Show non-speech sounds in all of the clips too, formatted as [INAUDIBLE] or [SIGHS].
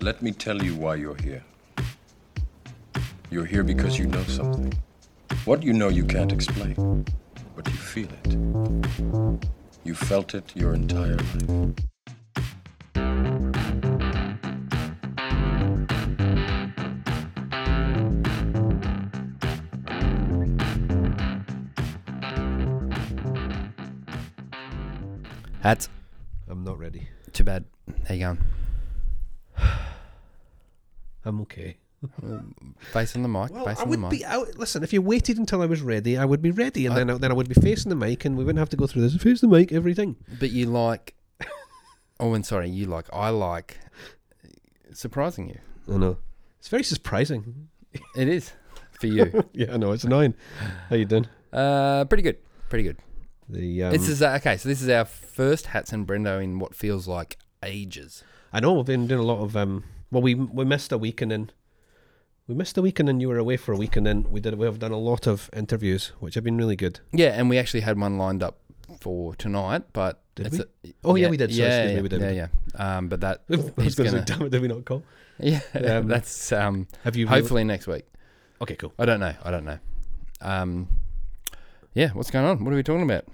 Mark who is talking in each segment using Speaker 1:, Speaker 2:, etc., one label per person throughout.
Speaker 1: Let me tell you why you're here. You're here because you know something. What you know you can't explain, but you feel it. You felt it your entire life.
Speaker 2: That's
Speaker 3: I'm not ready.
Speaker 2: too bad. How you going?
Speaker 3: I'm okay.
Speaker 2: Face on the mic.
Speaker 3: Well,
Speaker 2: face
Speaker 3: I
Speaker 2: on the
Speaker 3: would
Speaker 2: mic.
Speaker 3: be. I, would- listen, if you waited until I was ready, I would be ready, and then I, then I would be facing the mic, and we wouldn't have to go through this. Face the mic, everything.
Speaker 2: But you like. Oh, and sorry, you like. I like. Surprising you.
Speaker 3: I know. It's very surprising. [LAUGHS]
Speaker 2: It is for you.
Speaker 3: Yeah, I know. It's annoying. How you doing?
Speaker 2: uh, pretty good. Pretty good.
Speaker 3: The um,
Speaker 2: this is uh, okay. So this is our first Hats and Brendo in what feels like ages.
Speaker 3: I know we've been doing a lot of um. Well, we we missed a week and then we missed a week and then you were away for a week and then we did we have done a lot of interviews which have been really good.
Speaker 2: Yeah, and we actually had one lined up for tonight, but
Speaker 3: Did
Speaker 2: it's A,
Speaker 3: Oh, yeah, we did.
Speaker 2: yeah,
Speaker 3: Sorry, excuse me,
Speaker 2: yeah,
Speaker 3: we did, we
Speaker 2: yeah, yeah. Um, but that [LAUGHS]
Speaker 3: [LAUGHS] I
Speaker 2: is
Speaker 3: was going to
Speaker 2: gonna.
Speaker 3: say, damn it, did we not call?
Speaker 2: yeah, [LAUGHS]
Speaker 3: Um,
Speaker 2: that's um.
Speaker 3: Have you?
Speaker 2: Hopefully next week.
Speaker 3: Okay, cool.
Speaker 2: I don't know. I don't know. Um, yeah, what's going on? What are we talking about?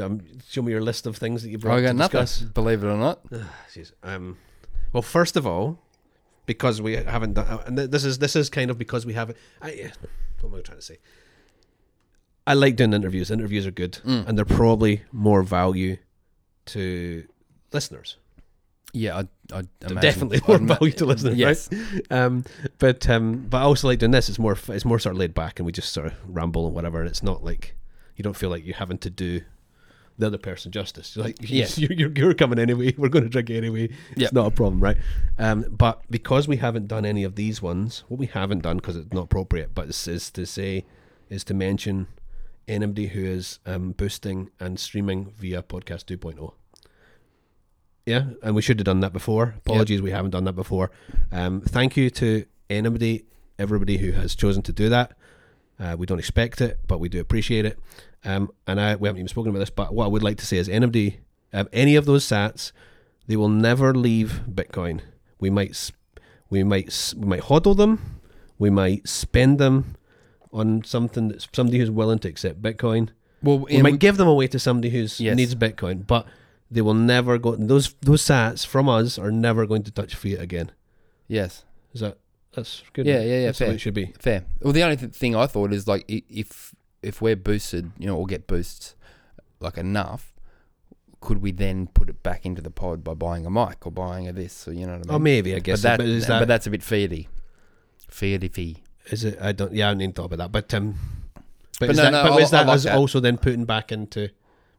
Speaker 3: Um, show me your list of things that you
Speaker 2: Oh,
Speaker 3: brought
Speaker 2: I
Speaker 3: to
Speaker 2: got nothing.
Speaker 3: discuss.
Speaker 2: Believe it or not.
Speaker 3: Jeez. Um, well, first of all, because we haven't done, uh, and th- this is this is kind of because we haven't. I, what am I trying to say? I like doing interviews. Interviews are good,
Speaker 2: Mm.
Speaker 3: and they're probably more value to listeners.
Speaker 2: Yeah, I, I imagine,
Speaker 3: Definitely
Speaker 2: I'd
Speaker 3: more
Speaker 2: ma-
Speaker 3: value to listeners,
Speaker 2: Yes.
Speaker 3: right? Um, but um, but I also like doing this. It's more f- it's more sort of laid back, and we just sort of ramble and whatever. And it's not like you don't feel like you're having to do the other person justice. You're like [LAUGHS]
Speaker 2: Yes.
Speaker 3: you're, you're, you're coming anyway. [LAUGHS] We're going to drink anyway.
Speaker 2: Yep.
Speaker 3: It's not a problem, right? Um, but because we haven't done any of these ones, what we haven't done because it's not appropriate, but is, is to say is to mention anybody who is um, boosting and streaming via podcast oh. 2.0. Yeah, and we should have done that before. Apologies, we haven't done that before. Um, thank you to anybody, everybody who has chosen to do that. Uh, we don't expect it, but we do appreciate it. Um, and I, we haven't even spoken about this, but what I would like to say is anybody, um, any of those sats, they will never leave Bitcoin. We might, s- we might, s- we might hodl them, we might spend them on something that's somebody who's willing to accept Bitcoin.
Speaker 2: Well,
Speaker 3: We
Speaker 2: and
Speaker 3: might
Speaker 2: we-
Speaker 3: give them away to somebody who
Speaker 2: Yes.
Speaker 3: needs Bitcoin, but they will never go. Those those sats from us are never going to touch fiat again.
Speaker 2: yes,
Speaker 3: Is that that's good?
Speaker 2: Yeah, yeah, yeah,
Speaker 3: That's the way
Speaker 2: fair.
Speaker 3: it should be.
Speaker 2: fair. Well, the only th- thing I thought is like i- if if we're boosted, you know, or get boosts like enough, could we then put it back into the pod by buying a mic or buying a this or you know what I mean?
Speaker 3: Oh, maybe I guess.
Speaker 2: Mm. but, that,
Speaker 3: but is
Speaker 2: but
Speaker 3: that
Speaker 2: that's a bit fiaty, fiaty fee.
Speaker 3: is it? I don't. Yeah, I haven't even thought about that. But um, but,
Speaker 2: But
Speaker 3: is
Speaker 2: no,
Speaker 3: that,
Speaker 2: no,
Speaker 3: but
Speaker 2: I-
Speaker 3: is
Speaker 2: I
Speaker 3: that
Speaker 2: like
Speaker 3: us
Speaker 2: that.
Speaker 3: also then putting back into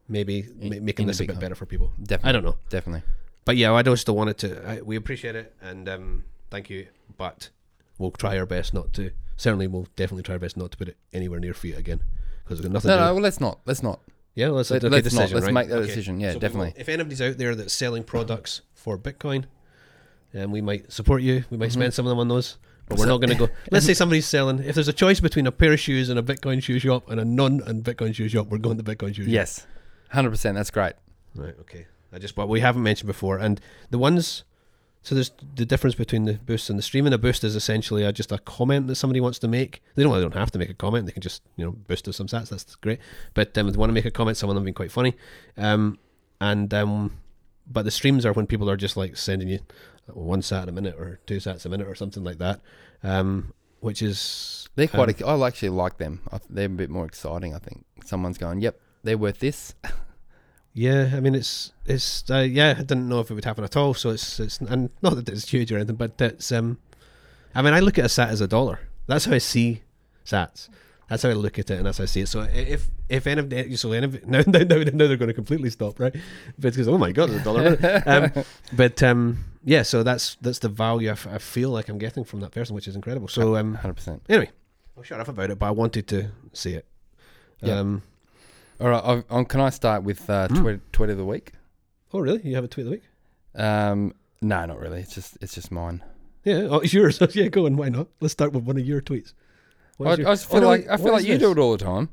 Speaker 3: maybe ma- making
Speaker 2: into
Speaker 3: this a bit
Speaker 2: Bitcoin.
Speaker 3: better for people?
Speaker 2: Definitely,
Speaker 3: I don't know.
Speaker 2: Definitely.
Speaker 3: But yeah, I just wanted to. I, we appreciate it and um, thank you. But we'll try our best not to. Certainly, we'll definitely try our best not to put it anywhere near fiat again because we've got nothing.
Speaker 2: No,
Speaker 3: to do
Speaker 2: no. Well, let's not. Let's not.
Speaker 3: Yeah, let's,
Speaker 2: Let-
Speaker 3: okay,
Speaker 2: let's
Speaker 3: decision,
Speaker 2: not. Let's
Speaker 3: right?
Speaker 2: make that
Speaker 3: Okay.
Speaker 2: decision. Yeah,
Speaker 3: So we
Speaker 2: definitely.
Speaker 3: will- if anybody's out there that's selling products for Bitcoin, and we might support you. We might spend some of them on those, but we're
Speaker 2: Mm-hmm. So-
Speaker 3: not going
Speaker 2: [LAUGHS]
Speaker 3: to go. Let's say somebody's selling. If there's a choice between a pair of shoes and a Bitcoin shoe shop and a non and Bitcoin shoe shop, we're going to Bitcoin shoe shop.
Speaker 2: Yes, hundred percent. That's great.
Speaker 3: Right. Okay. I just what we haven't mentioned before, and the ones. So there's the difference between the boost and the streaming. A boost is essentially a, just a comment that somebody wants to make. They don't. They don't have to make a comment. They can just you know boost us some stats. That's great. But um, if they want to make a comment, some of them have been quite funny. Um, and um, but the streams are when people are just like sending you one sat a minute or two sats a minute or something like that. Um, which is
Speaker 2: They're
Speaker 3: um,
Speaker 2: quite. I actually like them. I, th- they're a bit more exciting. I think someone's going. Yep, they're worth this.
Speaker 3: Yeah, I mean it's it's uh, yeah. I didn't know if it would happen at all. So it's it's and not that it's huge or anything, but it's um. I mean, I look at a sat as a dollar. That's how I see sats. That's how I look at it, and that's how I see it. So i- if if any of the so any of, [LAUGHS] now, now now now they're going to completely stop, right? Because oh my god, it's a dollar. um, but um, yeah, so that's that's the value I, f- I feel like I'm getting from that person, which is incredible. So
Speaker 2: [LAUGHS]
Speaker 3: um,
Speaker 2: Hundred percent.
Speaker 3: anyway, I'll shut up about it, but I wanted to see it.
Speaker 2: Yeah.
Speaker 3: Um,
Speaker 2: All right. I've, um, can I start with uh,
Speaker 3: Mm.
Speaker 2: tweet, tweet of the week?
Speaker 3: oh really? You have a tweet of the week?
Speaker 2: Um, no, not really. It's just it's just mine.
Speaker 3: Yeah, oh, it's yours. [LAUGHS] yeah, go on. Why not? Let's start with one of your tweets.
Speaker 2: I,
Speaker 3: What is
Speaker 2: I
Speaker 3: your-
Speaker 2: just feel
Speaker 3: Oh, no,
Speaker 2: like I
Speaker 3: what
Speaker 2: feel
Speaker 3: is
Speaker 2: like you
Speaker 3: this?
Speaker 2: do it all the time.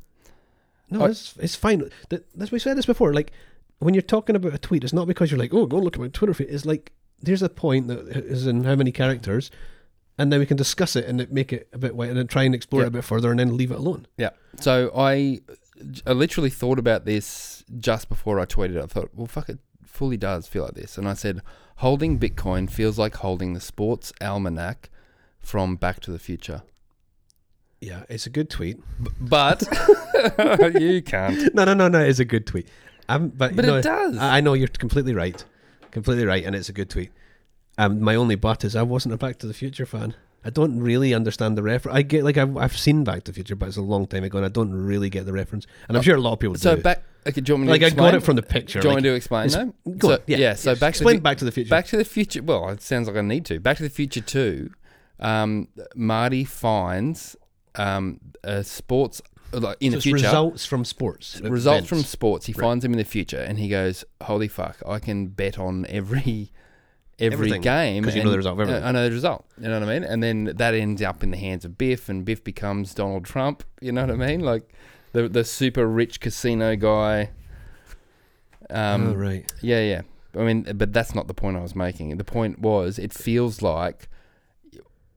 Speaker 3: No, it's it's fine. Th- That's we said this before. Like when you're talking about a tweet, it's not because you're like, oh, go look at my Twitter feed. It's like here's a point that is in how many characters, and then we can discuss it and it- make it a bit wide and then try and explore it a
Speaker 2: Yeah.
Speaker 3: bit further and then leave it alone.
Speaker 2: Yeah. So I, I literally thought about this just before I tweeted. it. I thought, well, fuck it, fully does feel like this. And I said, holding Bitcoin feels like holding the sports almanac from Back to the Future.
Speaker 3: Yeah, it's a good tweet.
Speaker 2: But [LAUGHS] you can't.
Speaker 3: [LAUGHS] No, no, no, no. It's a good tweet. Um, but
Speaker 2: But
Speaker 3: no,
Speaker 2: it does.
Speaker 3: I, I know you're completely right, completely right, and it's a good tweet. Um, my only but is I wasn't a Back to the Future fan. I don't really understand the reference. I get like I've, I've seen Back to the Future, but it's a long time ago, and I don't really get the reference. And I'm sure a lot of people
Speaker 2: Oh, So
Speaker 3: do.
Speaker 2: back. Okay, do you want me to
Speaker 3: like I
Speaker 2: explain?
Speaker 3: got it from the picture.
Speaker 2: Do you
Speaker 3: like-
Speaker 2: want me to explain
Speaker 3: it's-
Speaker 2: though?
Speaker 3: go
Speaker 2: so,
Speaker 3: on, yeah,
Speaker 2: so back to
Speaker 3: explain
Speaker 2: the,
Speaker 3: Back to the Future.
Speaker 2: Back to the Future. Well, it sounds like I need to. Back to the Future Two. Um, Marty finds um, a sports like in the
Speaker 3: So it's
Speaker 2: future
Speaker 3: results from sports.
Speaker 2: results from
Speaker 3: events.
Speaker 2: sports. He finds him in the future, and he goes, "Holy fuck! I can bet on every [LAUGHS] every
Speaker 3: Everything,
Speaker 2: game
Speaker 3: 'cause you know
Speaker 2: and-
Speaker 3: the result of everything.
Speaker 2: uh, I know the result. You know what I mean? And then that ends up in the hands of Biff, and Biff becomes Donald Trump. You know what I mean? Like the the super rich casino guy. Um,
Speaker 3: oh, right.
Speaker 2: yeah, yeah. I mean, but that's not the point I was making. The point was, it feels like,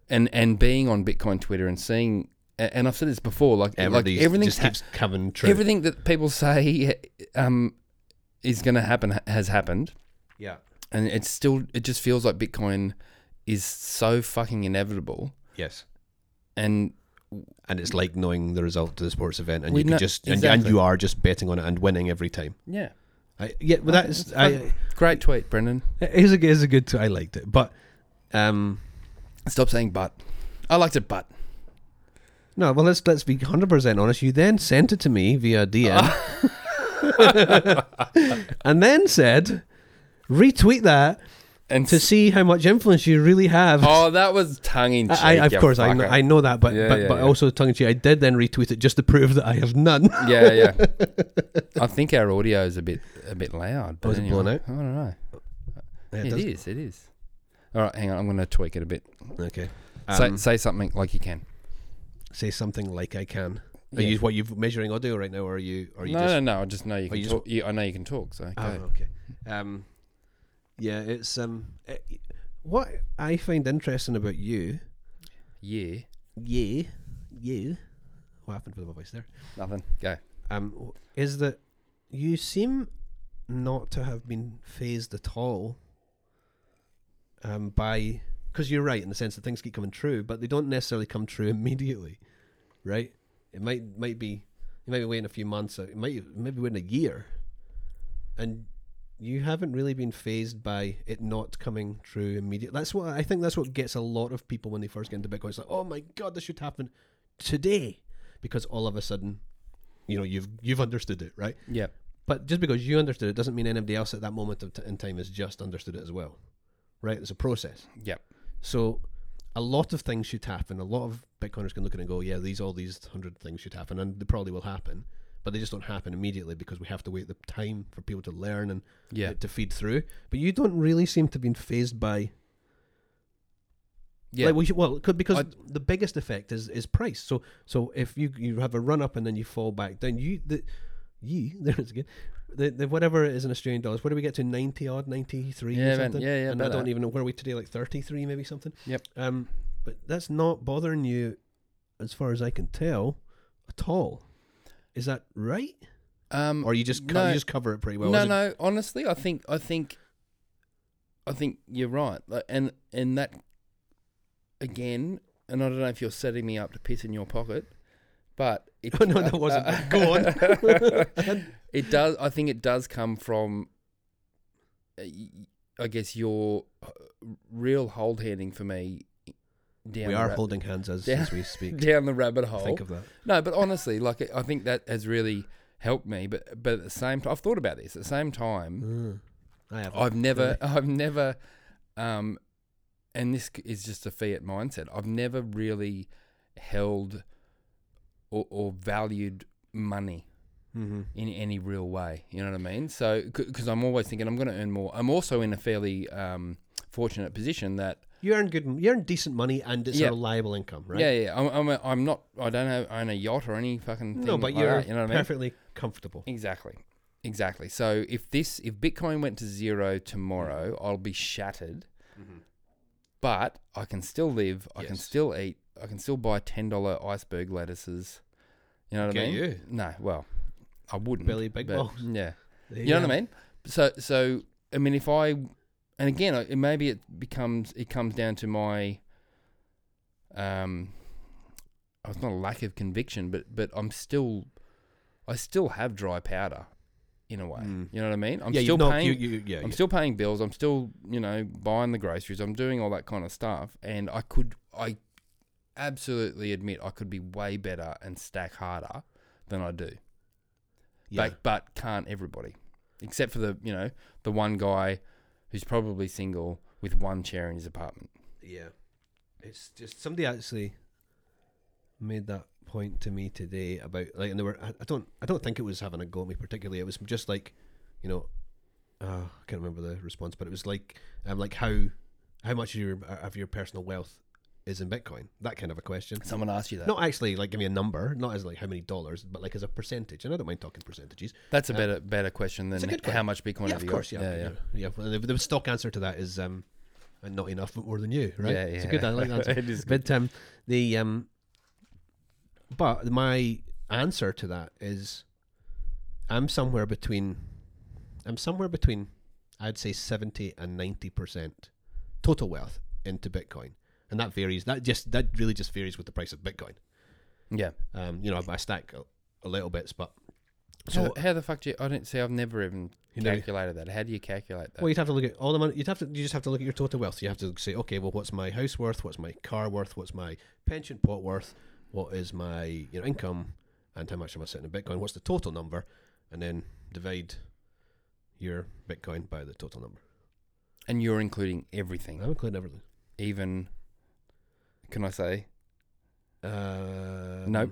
Speaker 2: and and being on Bitcoin Twitter and seeing, a- and I've said this before, like
Speaker 3: Everything
Speaker 2: like everything
Speaker 3: just
Speaker 2: ha-
Speaker 3: keeps coming true.
Speaker 2: Everything that people say um, is going to happen ha- has happened,
Speaker 3: yeah.
Speaker 2: and it's still. It just feels like Bitcoin is so fucking inevitable,
Speaker 3: Yes.
Speaker 2: and
Speaker 3: And it's like knowing the result to the sports event, and
Speaker 2: We
Speaker 3: you can
Speaker 2: know-
Speaker 3: just and,
Speaker 2: exactly.
Speaker 3: and you are just betting on it and winning every time.
Speaker 2: yeah,
Speaker 3: I, yeah, well, that is. I,
Speaker 2: great tweet, Brendan.
Speaker 3: it is a it is a good. T- I liked it, but um,
Speaker 2: Stop saying but. I liked it, but
Speaker 3: no. Well, let's let's be hundred percent honest. You then sent it to me via DM,
Speaker 2: Oh.
Speaker 3: [LAUGHS] and then said, retweet that
Speaker 2: and
Speaker 3: to see how much influence you really have.
Speaker 2: oh, that was tongue in cheek.
Speaker 3: I, I, of course, I, kn- I know that, but
Speaker 2: Yeah,
Speaker 3: but,
Speaker 2: yeah,
Speaker 3: but
Speaker 2: yeah.
Speaker 3: also tongue in cheek, I did then retweet it just to prove that I have
Speaker 2: [LAUGHS]
Speaker 3: none.
Speaker 2: yeah, yeah. I think our audio is a bit a bit loud. But
Speaker 3: Oh, is it
Speaker 2: anyway,
Speaker 3: blown out?
Speaker 2: I don't know.
Speaker 3: Yeah,
Speaker 2: it
Speaker 3: does-
Speaker 2: is. It is. All right, hang on. I'm going to tweak it a bit.
Speaker 3: Okay.
Speaker 2: say,
Speaker 3: Um,
Speaker 2: say something like you can.
Speaker 3: say something like I can. Are
Speaker 2: Yeah.
Speaker 3: you what you've measuring audio right now, or are you are you
Speaker 2: no,
Speaker 3: just
Speaker 2: no, no. I just know you can
Speaker 3: you just-
Speaker 2: talk. You, I know you can talk. So
Speaker 3: Oh,
Speaker 2: go.
Speaker 3: okay. Um, yeah, it's um, it, what I find interesting about you.
Speaker 2: yeah,
Speaker 3: Yeah, you. What happened with my voice there?
Speaker 2: nothing. Go.
Speaker 3: Um, is that you seem not to have been phased at all. Um, by because you're right in the sense that things keep coming true, but they don't necessarily come true [LAUGHS] immediately, right? It might might be you might be waiting a few months, or it might maybe waiting a year, and you haven't really been phased by it not coming true immediately. That's what I think. That's what gets a lot of people when they first get into Bitcoin. It's like, oh my god, this should happen today, because all of a sudden, you know, you've you've understood it, right?
Speaker 2: Yeah.
Speaker 3: But just because you understood it doesn't mean anybody else at that moment of t- in time has just understood it as well, right? It's a process.
Speaker 2: Yep.
Speaker 3: So a lot of things should happen. A lot of Bitcoiners can look at it and go, yeah, these all these hundred things should happen, and they probably will happen, but they just don't happen immediately because we have to wait the time for people to learn and
Speaker 2: Yeah.
Speaker 3: it to feed through. But you don't really seem to be phased by
Speaker 2: Yeah.
Speaker 3: like we should, well, 'cause- because
Speaker 2: I-
Speaker 3: the biggest effect is is price. So so if you you have a run up and then you fall back down, you the you [LAUGHS] there it's again. The, the whatever it is in Australian dollars, what do we get to ninety odd, ninety three,
Speaker 2: Yeah, man.
Speaker 3: something?
Speaker 2: Yeah, yeah,
Speaker 3: And I
Speaker 2: about
Speaker 3: don't
Speaker 2: that.
Speaker 3: even know where are we today, like thirty three, maybe something.
Speaker 2: Yep.
Speaker 3: Um, but that's not bothering you, as far as I can tell, at all. Is that right?
Speaker 2: um.
Speaker 3: Or you just co-
Speaker 2: no.
Speaker 3: you just cover it pretty well?
Speaker 2: no,
Speaker 3: is it-
Speaker 2: no. Honestly, I think I think I think you're right. Like, and and that again, and I don't know if you're setting me up to piss in your pocket, but
Speaker 3: [LAUGHS]
Speaker 2: it,
Speaker 3: Oh, no, that wasn't.
Speaker 2: [LAUGHS]
Speaker 3: Go on. [LAUGHS]
Speaker 2: it does. I think it does come from, uh, I guess your uh, real hold handing for me. Down
Speaker 3: we
Speaker 2: the
Speaker 3: are
Speaker 2: ra- [LAUGHS]
Speaker 3: holding hands as,
Speaker 2: Yeah.
Speaker 3: as
Speaker 2: [LAUGHS]
Speaker 3: we speak.
Speaker 2: down the rabbit hole.
Speaker 3: Think of that.
Speaker 2: No, but honestly, like I think that has really helped me. But but at the same, time, I've thought about this. At the same time,
Speaker 3: I have.
Speaker 2: I've never, [LAUGHS] I've never, um, and this c- is just a fiat mindset. I've never really held or, or valued money
Speaker 3: Mm-hmm.
Speaker 2: in any real way. You know what I mean? So, because I'm always thinking I'm going to earn more. I'm also in a fairly um, fortunate position that
Speaker 3: You earn good. You earn decent money, and it's
Speaker 2: Yeah.
Speaker 3: a reliable income, right?
Speaker 2: yeah, yeah. I'm I'm, a, I'm not. I don't have, own a yacht or any fucking thing
Speaker 3: No, but
Speaker 2: like
Speaker 3: you're
Speaker 2: that, you know what I mean?
Speaker 3: perfectly comfortable.
Speaker 2: Exactly.
Speaker 3: Mm-hmm.
Speaker 2: Exactly. So if this if Bitcoin went to zero tomorrow, I'll be shattered. But I can still live. I can
Speaker 3: Yes.
Speaker 2: still eat. I can still buy ten dollar iceberg lettuces. You know what I
Speaker 3: Get
Speaker 2: mean?
Speaker 3: you.
Speaker 2: No, well, I wouldn't.
Speaker 3: Billy Big
Speaker 2: Mm, but-
Speaker 3: Balls.
Speaker 2: Yeah.
Speaker 3: There
Speaker 2: You know what I mean? So so I mean if I and again I- it, maybe it becomes it comes down to my um oh, it's not a lack of conviction but but I'm still I still have dry powder in a way. You know what I mean? I'm
Speaker 3: Mm. Yeah, you've
Speaker 2: still
Speaker 3: not-
Speaker 2: paying
Speaker 3: you- you- yeah,
Speaker 2: I'm
Speaker 3: yeah.
Speaker 2: still paying bills, I'm still, you know, buying the groceries, I'm doing all that kind of stuff and I could I absolutely admit I could be way better and stack harder than I do
Speaker 3: Yeah.
Speaker 2: but but can't everybody, except for the you know the one guy who's probably single with one chair in his apartment.
Speaker 3: Yeah. It's just somebody actually made that point to me today about like and they were I, I don't I don't think it was having a go at me particularly. It was just like, you know, uh, I can't remember the response, but it was like um like how how much of your of your personal wealth is in Bitcoin? That kind of a question.
Speaker 2: Someone asked you that.
Speaker 3: Not actually like give me a number, not as like how many dollars, but like as a percentage. And I don't mind talking percentages.
Speaker 2: That's a better better question than
Speaker 3: It's a good
Speaker 2: Uh, how
Speaker 3: question.
Speaker 2: much Bitcoin
Speaker 3: yeah,
Speaker 2: have
Speaker 3: of
Speaker 2: you
Speaker 3: course,
Speaker 2: got.
Speaker 3: yeah, yeah, yeah. Well, the, the stock answer to that is um, not enough, but more than you, right?
Speaker 2: Yeah,
Speaker 3: It's a
Speaker 2: yeah. [LAUGHS]
Speaker 3: good. I like that. answer.
Speaker 2: It is
Speaker 3: But um, the um, but my answer to that is, I'm somewhere between, I'm somewhere between, I'd say seventy and ninety percent total wealth into Bitcoin, and that varies. That just that really just varies with the price of Bitcoin.
Speaker 2: yeah.
Speaker 3: Um, you know, I stack a, a little bits, but
Speaker 2: So uh, how, the fuck do you? I don't see. I've never even
Speaker 3: know-
Speaker 2: calculated that. How do you calculate that?
Speaker 3: Well, you'd have to look at all the money. You'd have to. You just have to look at your total wealth. You have to say, okay, well, what's my house worth? What's my car worth? What's my pension pot worth? What is my you know income? And how much am I sitting in Bitcoin? What's the total number? And then divide your Bitcoin by the total number.
Speaker 2: and you're including everything,
Speaker 3: I'm including everything.
Speaker 2: even. Can I say
Speaker 3: Uh,
Speaker 2: nope?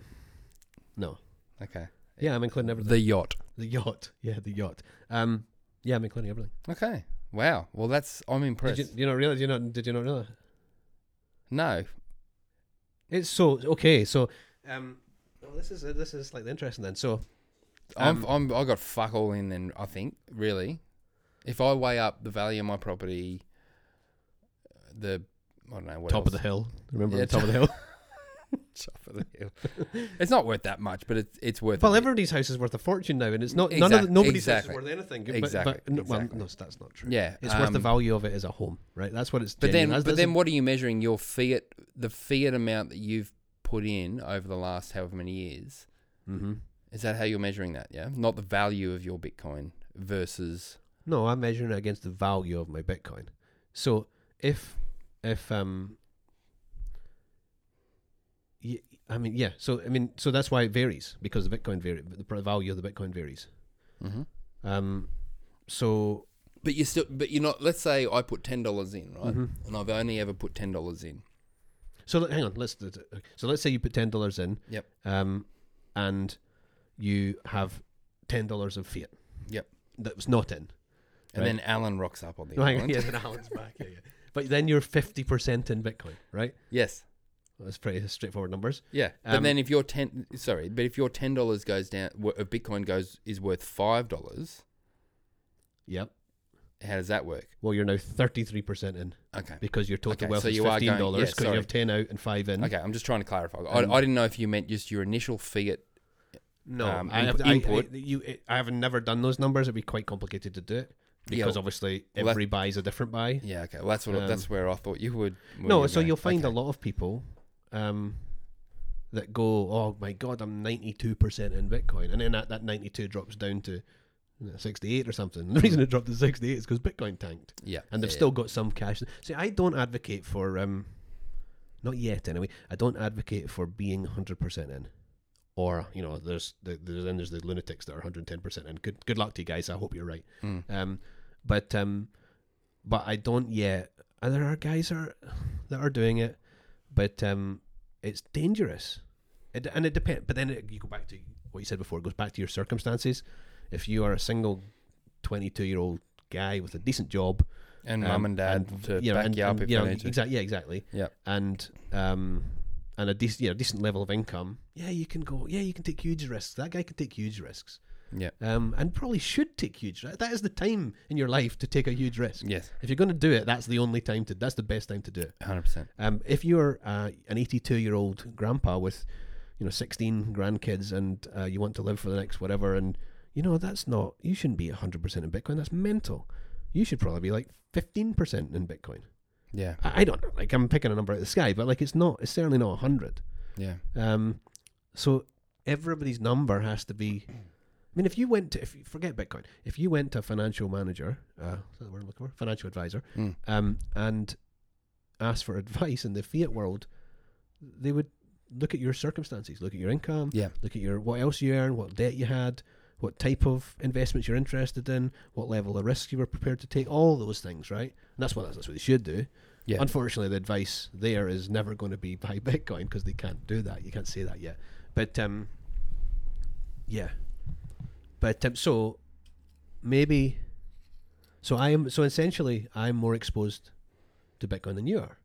Speaker 3: No.
Speaker 2: Okay.
Speaker 3: Yeah, I'm including everything.
Speaker 2: The yacht.
Speaker 3: The yacht. [LAUGHS] Yeah, the yacht. Um. Yeah, I'm including everything.
Speaker 2: Okay. Wow. Well, that's I'm impressed.
Speaker 3: Did you, you not realize? You not? Did you not realize?
Speaker 2: no.
Speaker 3: It's so okay. So, um, well, this is this is slightly interesting then. So,
Speaker 2: I'm,
Speaker 3: um,
Speaker 2: I'm, I got fuck all in then, I think, really. If I weigh up the value of my property, the, I don't know, what
Speaker 3: top of the
Speaker 2: else?
Speaker 3: hill. Remember
Speaker 2: Yeah,
Speaker 3: the top of the hill.
Speaker 2: [LAUGHS] top of the hill. it's not worth that much, but it's, it's worth
Speaker 3: Well,
Speaker 2: it.
Speaker 3: everybody's house is worth a fortune now, and it's not none of
Speaker 2: Exact-
Speaker 3: the, nobody's
Speaker 2: exactly.
Speaker 3: house is worth anything. But,
Speaker 2: Exactly,
Speaker 3: But, no,
Speaker 2: exactly.
Speaker 3: Well, no, that's not true.
Speaker 2: Yeah,
Speaker 3: it's worth the
Speaker 2: um,
Speaker 3: value of it as a home, right? That's what it's.
Speaker 2: But then,
Speaker 3: genuine. That's-
Speaker 2: but
Speaker 3: that's-
Speaker 2: then what are you measuring? Your fiat, the fiat amount that you've put in over the last however many years.
Speaker 3: Mhm.
Speaker 2: Is that how you're measuring that? Yeah. Not the value of your Bitcoin versus.
Speaker 3: no, I'm measuring it against the value of my Bitcoin. So if if um, y- I mean yeah, so I mean so that's why it varies because the Bitcoin varies, the value of the Bitcoin varies.
Speaker 2: Mhm.
Speaker 3: Um, so
Speaker 2: But you still, but you're not. Let's say I put ten dollars in, right?
Speaker 3: Mm-hmm.
Speaker 2: And I've only ever put ten dollars in.
Speaker 3: So let- hang on, let's so let's say you put ten dollars in.
Speaker 2: Yep.
Speaker 3: Um, and you have ten dollars of fiat
Speaker 2: Yep.
Speaker 3: that was not in.
Speaker 2: And
Speaker 3: Right.
Speaker 2: then Alan rocks up on the
Speaker 3: No, [LAUGHS] hang on,
Speaker 2: island.
Speaker 3: yeah, then Alan's back. Yeah, yeah. But then you're fifty percent in Bitcoin, right?
Speaker 2: Yes.
Speaker 3: Well, that's pretty straightforward numbers.
Speaker 2: Yeah. But
Speaker 3: Um,
Speaker 2: then if your ten, sorry, but if your ten dollars goes down, wo- uh, Bitcoin goes is worth five dollars.
Speaker 3: Yep.
Speaker 2: How does that work?
Speaker 3: Well, you're now thirty three percent in
Speaker 2: Okay.
Speaker 3: because your total
Speaker 2: Okay,
Speaker 3: wealth
Speaker 2: so
Speaker 3: is
Speaker 2: you are
Speaker 3: fifteen
Speaker 2: going- yeah,
Speaker 3: dollars because
Speaker 2: sorry.
Speaker 3: you have ten out and five in.
Speaker 2: Okay. I'm just trying to clarify. I,
Speaker 3: Um,
Speaker 2: I didn't know if you meant just your initial fiat.
Speaker 3: No,
Speaker 2: Um,
Speaker 3: I, have,
Speaker 2: input-
Speaker 3: I-
Speaker 2: input.
Speaker 3: I, you, I have never done those numbers. It'd be quite complicated to do it
Speaker 2: Yeah,
Speaker 3: because
Speaker 2: well-
Speaker 3: obviously
Speaker 2: well, that-
Speaker 3: every buy is a different buy.
Speaker 2: Yeah. Okay. Well, that's what.
Speaker 3: Um,
Speaker 2: that's where I thought you would. where
Speaker 3: No,
Speaker 2: you
Speaker 3: so
Speaker 2: were
Speaker 3: you'll find
Speaker 2: going.
Speaker 3: a lot of people um, that go, "Oh my god, I'm 92 percent in Bitcoin," and then that, that 92 drops down to you know, 68 or something. [LAUGHS] And the reason it dropped to 68 is because Bitcoin tanked,
Speaker 2: Okay. Yeah.
Speaker 3: and they've
Speaker 2: yeah,
Speaker 3: still got some cash. See, I don't advocate for um, not yet anyway. I don't advocate for being 100 percent in. Or you know, there's the, there's then there's the lunatics that are 110 percent, and good good luck to you guys. I hope you're right.
Speaker 2: Mm.
Speaker 3: Um, but um, but I don't yet. And there are guys that are that are doing it, but um, it's dangerous. It, and it depends. But then it, you go back to what you said before. It goes back to your circumstances. If you are a single, twenty-two-year-old guy with a decent job,
Speaker 2: yeah. And mum
Speaker 3: um,
Speaker 2: and dad to
Speaker 3: you know,
Speaker 2: back
Speaker 3: and-
Speaker 2: you up
Speaker 3: and,
Speaker 2: if
Speaker 3: you
Speaker 2: you
Speaker 3: know,
Speaker 2: need to.
Speaker 3: exactly, yeah, exactly,
Speaker 2: Yeah.
Speaker 3: and um, and a decent, you know, decent level of income. Yeah, you can go. Yeah, you can take huge risks. That guy can take huge risks.
Speaker 2: Yeah.
Speaker 3: um, and probably should take huge risks. That is the time in your life to take a huge risk.
Speaker 2: Yes.
Speaker 3: If you're going to do it, that's the only time to. That's the best time to do it.
Speaker 2: 100%.
Speaker 3: Um, if you're uh, an 82 year old grandpa with, you know, 16 grandkids and uh, you want to live for the next whatever, and you know that's not. You shouldn't be 100 percent in Bitcoin. That's mental. You should probably be like 15 percent in Bitcoin.
Speaker 2: Yeah.
Speaker 3: I, I don't know. Like I'm picking a number out of the sky, but like it's not. It's certainly not 100.
Speaker 2: Yeah.
Speaker 3: Um, so everybody's number has to be. I mean, if you went to, if you forget Bitcoin, if you went to a financial manager, uh, is that the word I'm looking for? Financial advisor,
Speaker 2: Mm.
Speaker 3: um, and asked for [LAUGHS] advice in the fiat world, they would look at your circumstances, look at your income,
Speaker 2: Yeah.
Speaker 3: look at your what else you earn, what debt you had, what type of investments you're interested in, what level of risk you were prepared to take, all those things, right? And that's what that's what they should do.
Speaker 2: Yeah.
Speaker 3: Unfortunately, the advice there is never going to be buy [LAUGHS] Bitcoin because they can't do that. You can't say that yet. But um, yeah. But um, so maybe so I am so essentially I'm more exposed to Bitcoin than you are.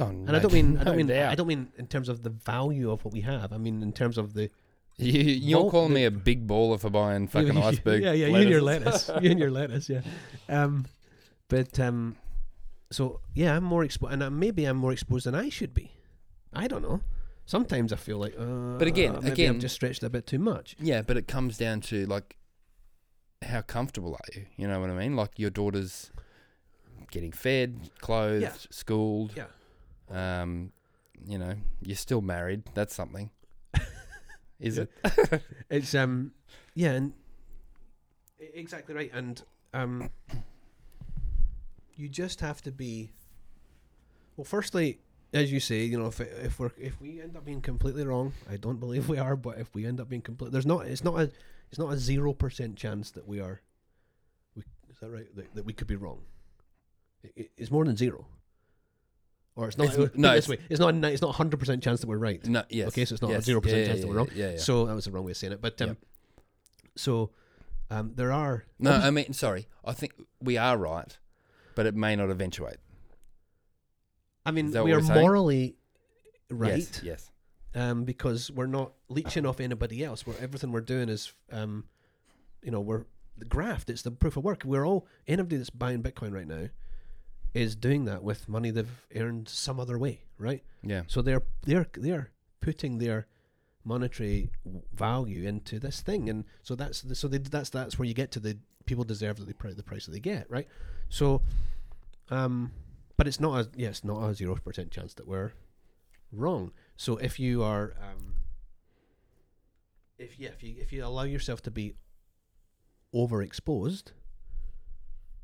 Speaker 2: Oh,
Speaker 3: And
Speaker 2: [LAUGHS]
Speaker 3: I don't mean I don't mean I don't mean in terms of the value of what we have. I mean in terms of the
Speaker 2: You, you're
Speaker 3: Well,
Speaker 2: calling
Speaker 3: the-
Speaker 2: me a big baller for
Speaker 3: [LAUGHS]
Speaker 2: buying fucking iceberg.
Speaker 3: Yeah, yeah, you and your lettuce. you and your
Speaker 2: [LAUGHS]
Speaker 3: lettuce, yeah. Um, but um, so yeah, I'm more exposed, and uh, maybe I'm more exposed than I should be. I don't know. Sometimes I feel like, uh,
Speaker 2: But again-
Speaker 3: maybe
Speaker 2: again-
Speaker 3: I've just stretched a bit too much.
Speaker 2: Yeah, but it comes down to like how comfortable are you? You know what I mean? Like your daughter's getting fed, clothed,
Speaker 3: Yeah.
Speaker 2: schooled.
Speaker 3: Yeah.
Speaker 2: Um, you know, you're still married. That's
Speaker 3: [LAUGHS]
Speaker 2: something. Is
Speaker 3: Yeah.
Speaker 2: it?
Speaker 3: It's um, yeah, and e- exactly right, and um, you just have to be. Well, firstly, as you say, you know, if if we're if we end up being completely wrong, I don't believe we are, but if we end up being complete, there's not it's not a it's not a zero percent chance that we are. We is that right? That, that we could be wrong. It- it- it's more than zero. Or it's not.
Speaker 2: It's-
Speaker 3: put it
Speaker 2: no,
Speaker 3: this
Speaker 2: it's-
Speaker 3: way, it's not. a ni- It's not hundred percent chance that we're right.
Speaker 2: No. Yes.
Speaker 3: Okay, so it's not
Speaker 2: yes.
Speaker 3: a zero percent
Speaker 2: Yeah,
Speaker 3: chance
Speaker 2: yeah,
Speaker 3: that we're
Speaker 2: yeah,
Speaker 3: wrong.
Speaker 2: Yeah. yeah.
Speaker 3: So that was the wrong way of saying it. But um,
Speaker 2: Yep.
Speaker 3: so um, there are
Speaker 2: no, uh, I mean, sorry. I think we are right, but it may not eventuate.
Speaker 3: I mean,
Speaker 2: Is that
Speaker 3: we
Speaker 2: what
Speaker 3: are
Speaker 2: we're saying?
Speaker 3: morally right
Speaker 2: Yes. Yes.
Speaker 3: um, because we're not leeching off anybody else. We're everything we're doing is, um, you know, we're the graft. It's the proof of work. We're all anybody that's buying Bitcoin right now is doing that with money they've earned some other way, right?
Speaker 2: Yeah.
Speaker 3: So they're they're they're putting their monetary w- value into this thing, and so that's the, so they, that's that's where you get to the people deserve that they pri- the price that they get, right? So, um, but it's not a yeah, it's not a zero percent chance that we're wrong. So if you are um, if yeah, if you if you allow yourself to be overexposed,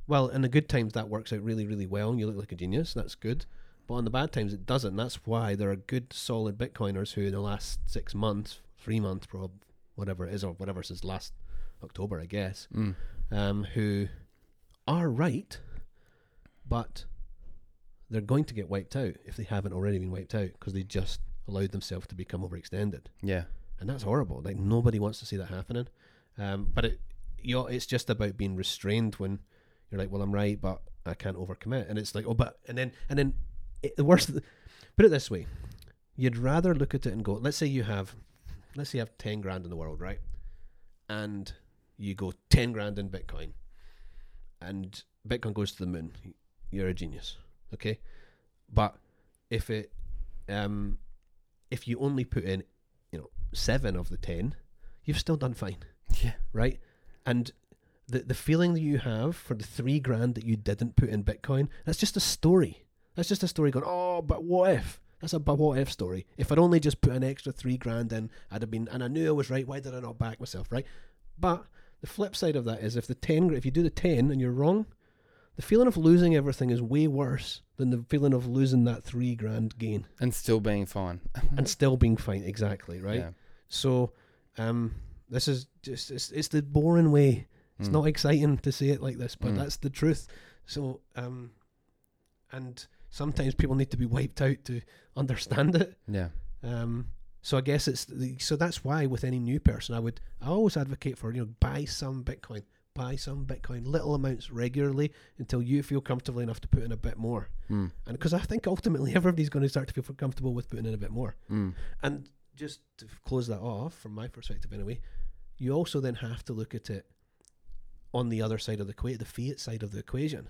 Speaker 3: well, in the good times that works out really, really well, and you look like a genius. That's good. But on the bad times, it doesn't. That's why there are good, solid Bitcoiners who, in the last six months, three months, prob whatever it is, or whatever since last October, I guess,
Speaker 2: Mm.
Speaker 3: um, who are right, but they're going to get wiped out if they haven't already been wiped out because they just allowed themselves to become overextended
Speaker 2: Yeah.
Speaker 3: and that's horrible. Like nobody wants to see that happening. Um, but it, you know, it's just about being restrained when you're like, well, I'm right, but I can't overcommit, and it's like, oh, but and then and then it, the worst. Put it this way, you'd rather look at it and go, let's say you have, let's say you have ten grand in the world, right, and you go ten grand in Bitcoin, and Bitcoin goes to the moon. You're a genius, okay, but if it, um, if you only put in you know seven of the ten, you've still done fine,
Speaker 2: Yeah.
Speaker 3: right? And the the feeling that you have for the three grand that you didn't put in Bitcoin, that's just a story. That's just a story going, oh, but what if? That's a but what if story. If I'd only just put an extra three grand in, I'd have been, and I knew I was right. Why did I not back myself, right? But the flip side of that is if the ten, gr- if you do the ten and you're wrong, the feeling of losing everything is way worse than the feeling of losing that three grand gain
Speaker 2: And still being fine. [LAUGHS]
Speaker 3: and still being fine. Exactly, right?
Speaker 2: Yeah.
Speaker 3: So, um, this is just it's, it's the boring way. It's not exciting to say it like this, but
Speaker 2: Mm.
Speaker 3: that's the truth. So, um, and sometimes people need to be wiped out to understand it.
Speaker 2: Yeah.
Speaker 3: Um, so I guess it's the, so that's why with any new person, I would I always advocate for you know buy some Bitcoin, buy some Bitcoin, little amounts regularly until you feel comfortable enough to put in a bit more.
Speaker 2: Mm.
Speaker 3: And because I think ultimately [LAUGHS] everybody's going to start to feel comfortable with putting in a bit more.
Speaker 2: Mm.
Speaker 3: And just to f- close that off, from my perspective anyway, you also then have to look at it on the other side of the equa- the fiat side of the equation,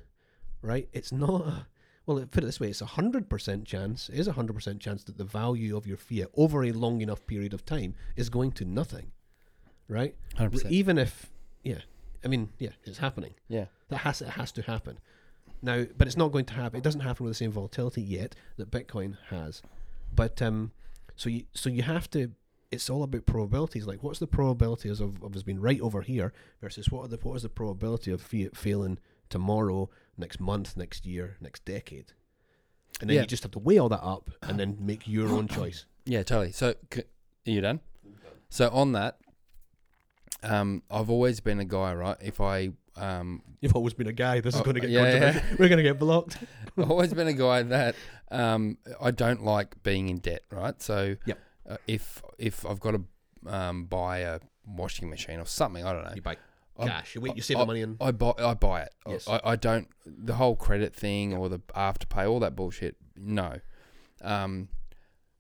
Speaker 3: right? It's not a well, put it this way: it's a hundred percent chance. It is a hundred percent chance that the value of your fiat over a long enough period of time is going to nothing, right?
Speaker 2: 100%.
Speaker 3: Even if, yeah, I mean, yeah, it's happening.
Speaker 2: Yeah.
Speaker 3: That has it has to happen. Now, but it's not going to happen. It doesn't happen with the same volatility yet that Bitcoin has. But um, so you so you have to. It's all about probabilities. Like, what's the probability of of us being right over here versus what are the what is the probability of fiat failing tomorrow, next month, next year, next decade? And then
Speaker 2: Yeah.
Speaker 3: you just have to weigh all that up and then make
Speaker 2: [COUGHS]
Speaker 3: your own choice.
Speaker 2: Yeah, totally. So, c- are you done? So on that, um, I've always been a guy, right? If I, um, [LAUGHS]
Speaker 3: You've always been a guy. This is
Speaker 2: Oh,
Speaker 3: going to get
Speaker 2: yeah, yeah.
Speaker 3: controversial. [LAUGHS] We're going to get blocked.
Speaker 2: I've always been a guy that um, I don't like being in debt, right? So,
Speaker 3: Yep.
Speaker 2: uh, if if I've got to um, buy a washing machine or something, I don't know.
Speaker 3: You buy
Speaker 2: I-
Speaker 3: cash. You wait.
Speaker 2: uh,
Speaker 3: You save the money and
Speaker 2: I buy I buy it. I-
Speaker 3: Yes.
Speaker 2: I, I don't the whole credit thing or the afterpay, all that bullshit. No. Um,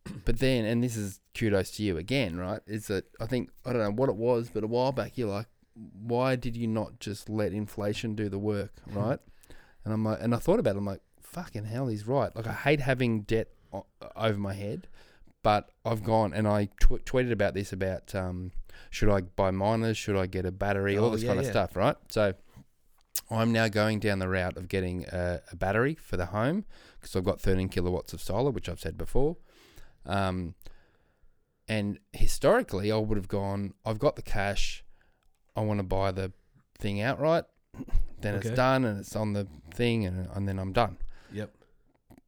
Speaker 2: [CLEARS THROAT] but then, and this is kudos to you again, right? Is that I think I don't know what it was, but a while back you're like, why did you not just let inflation do the work, right? and I'm like, and I thought about it. I'm like, fucking hell, he's right. Like I hate having debt o- over my head, but I've gone and I tw- tweeted about this about um, should I buy miners, should I get a battery, all
Speaker 3: Oh,
Speaker 2: this
Speaker 3: yeah,
Speaker 2: kind of
Speaker 3: yeah.
Speaker 2: stuff, right? So I'm now going down the route of getting a, a battery for the home because I've got 13 kilowatts of solar, which I've said before. Um, and historically, I would have gone, I've got the cash, I want to buy the thing outright. [LAUGHS] Then
Speaker 3: Okay.
Speaker 2: it's done and it's on the thing, and, and then I'm done.
Speaker 3: yep.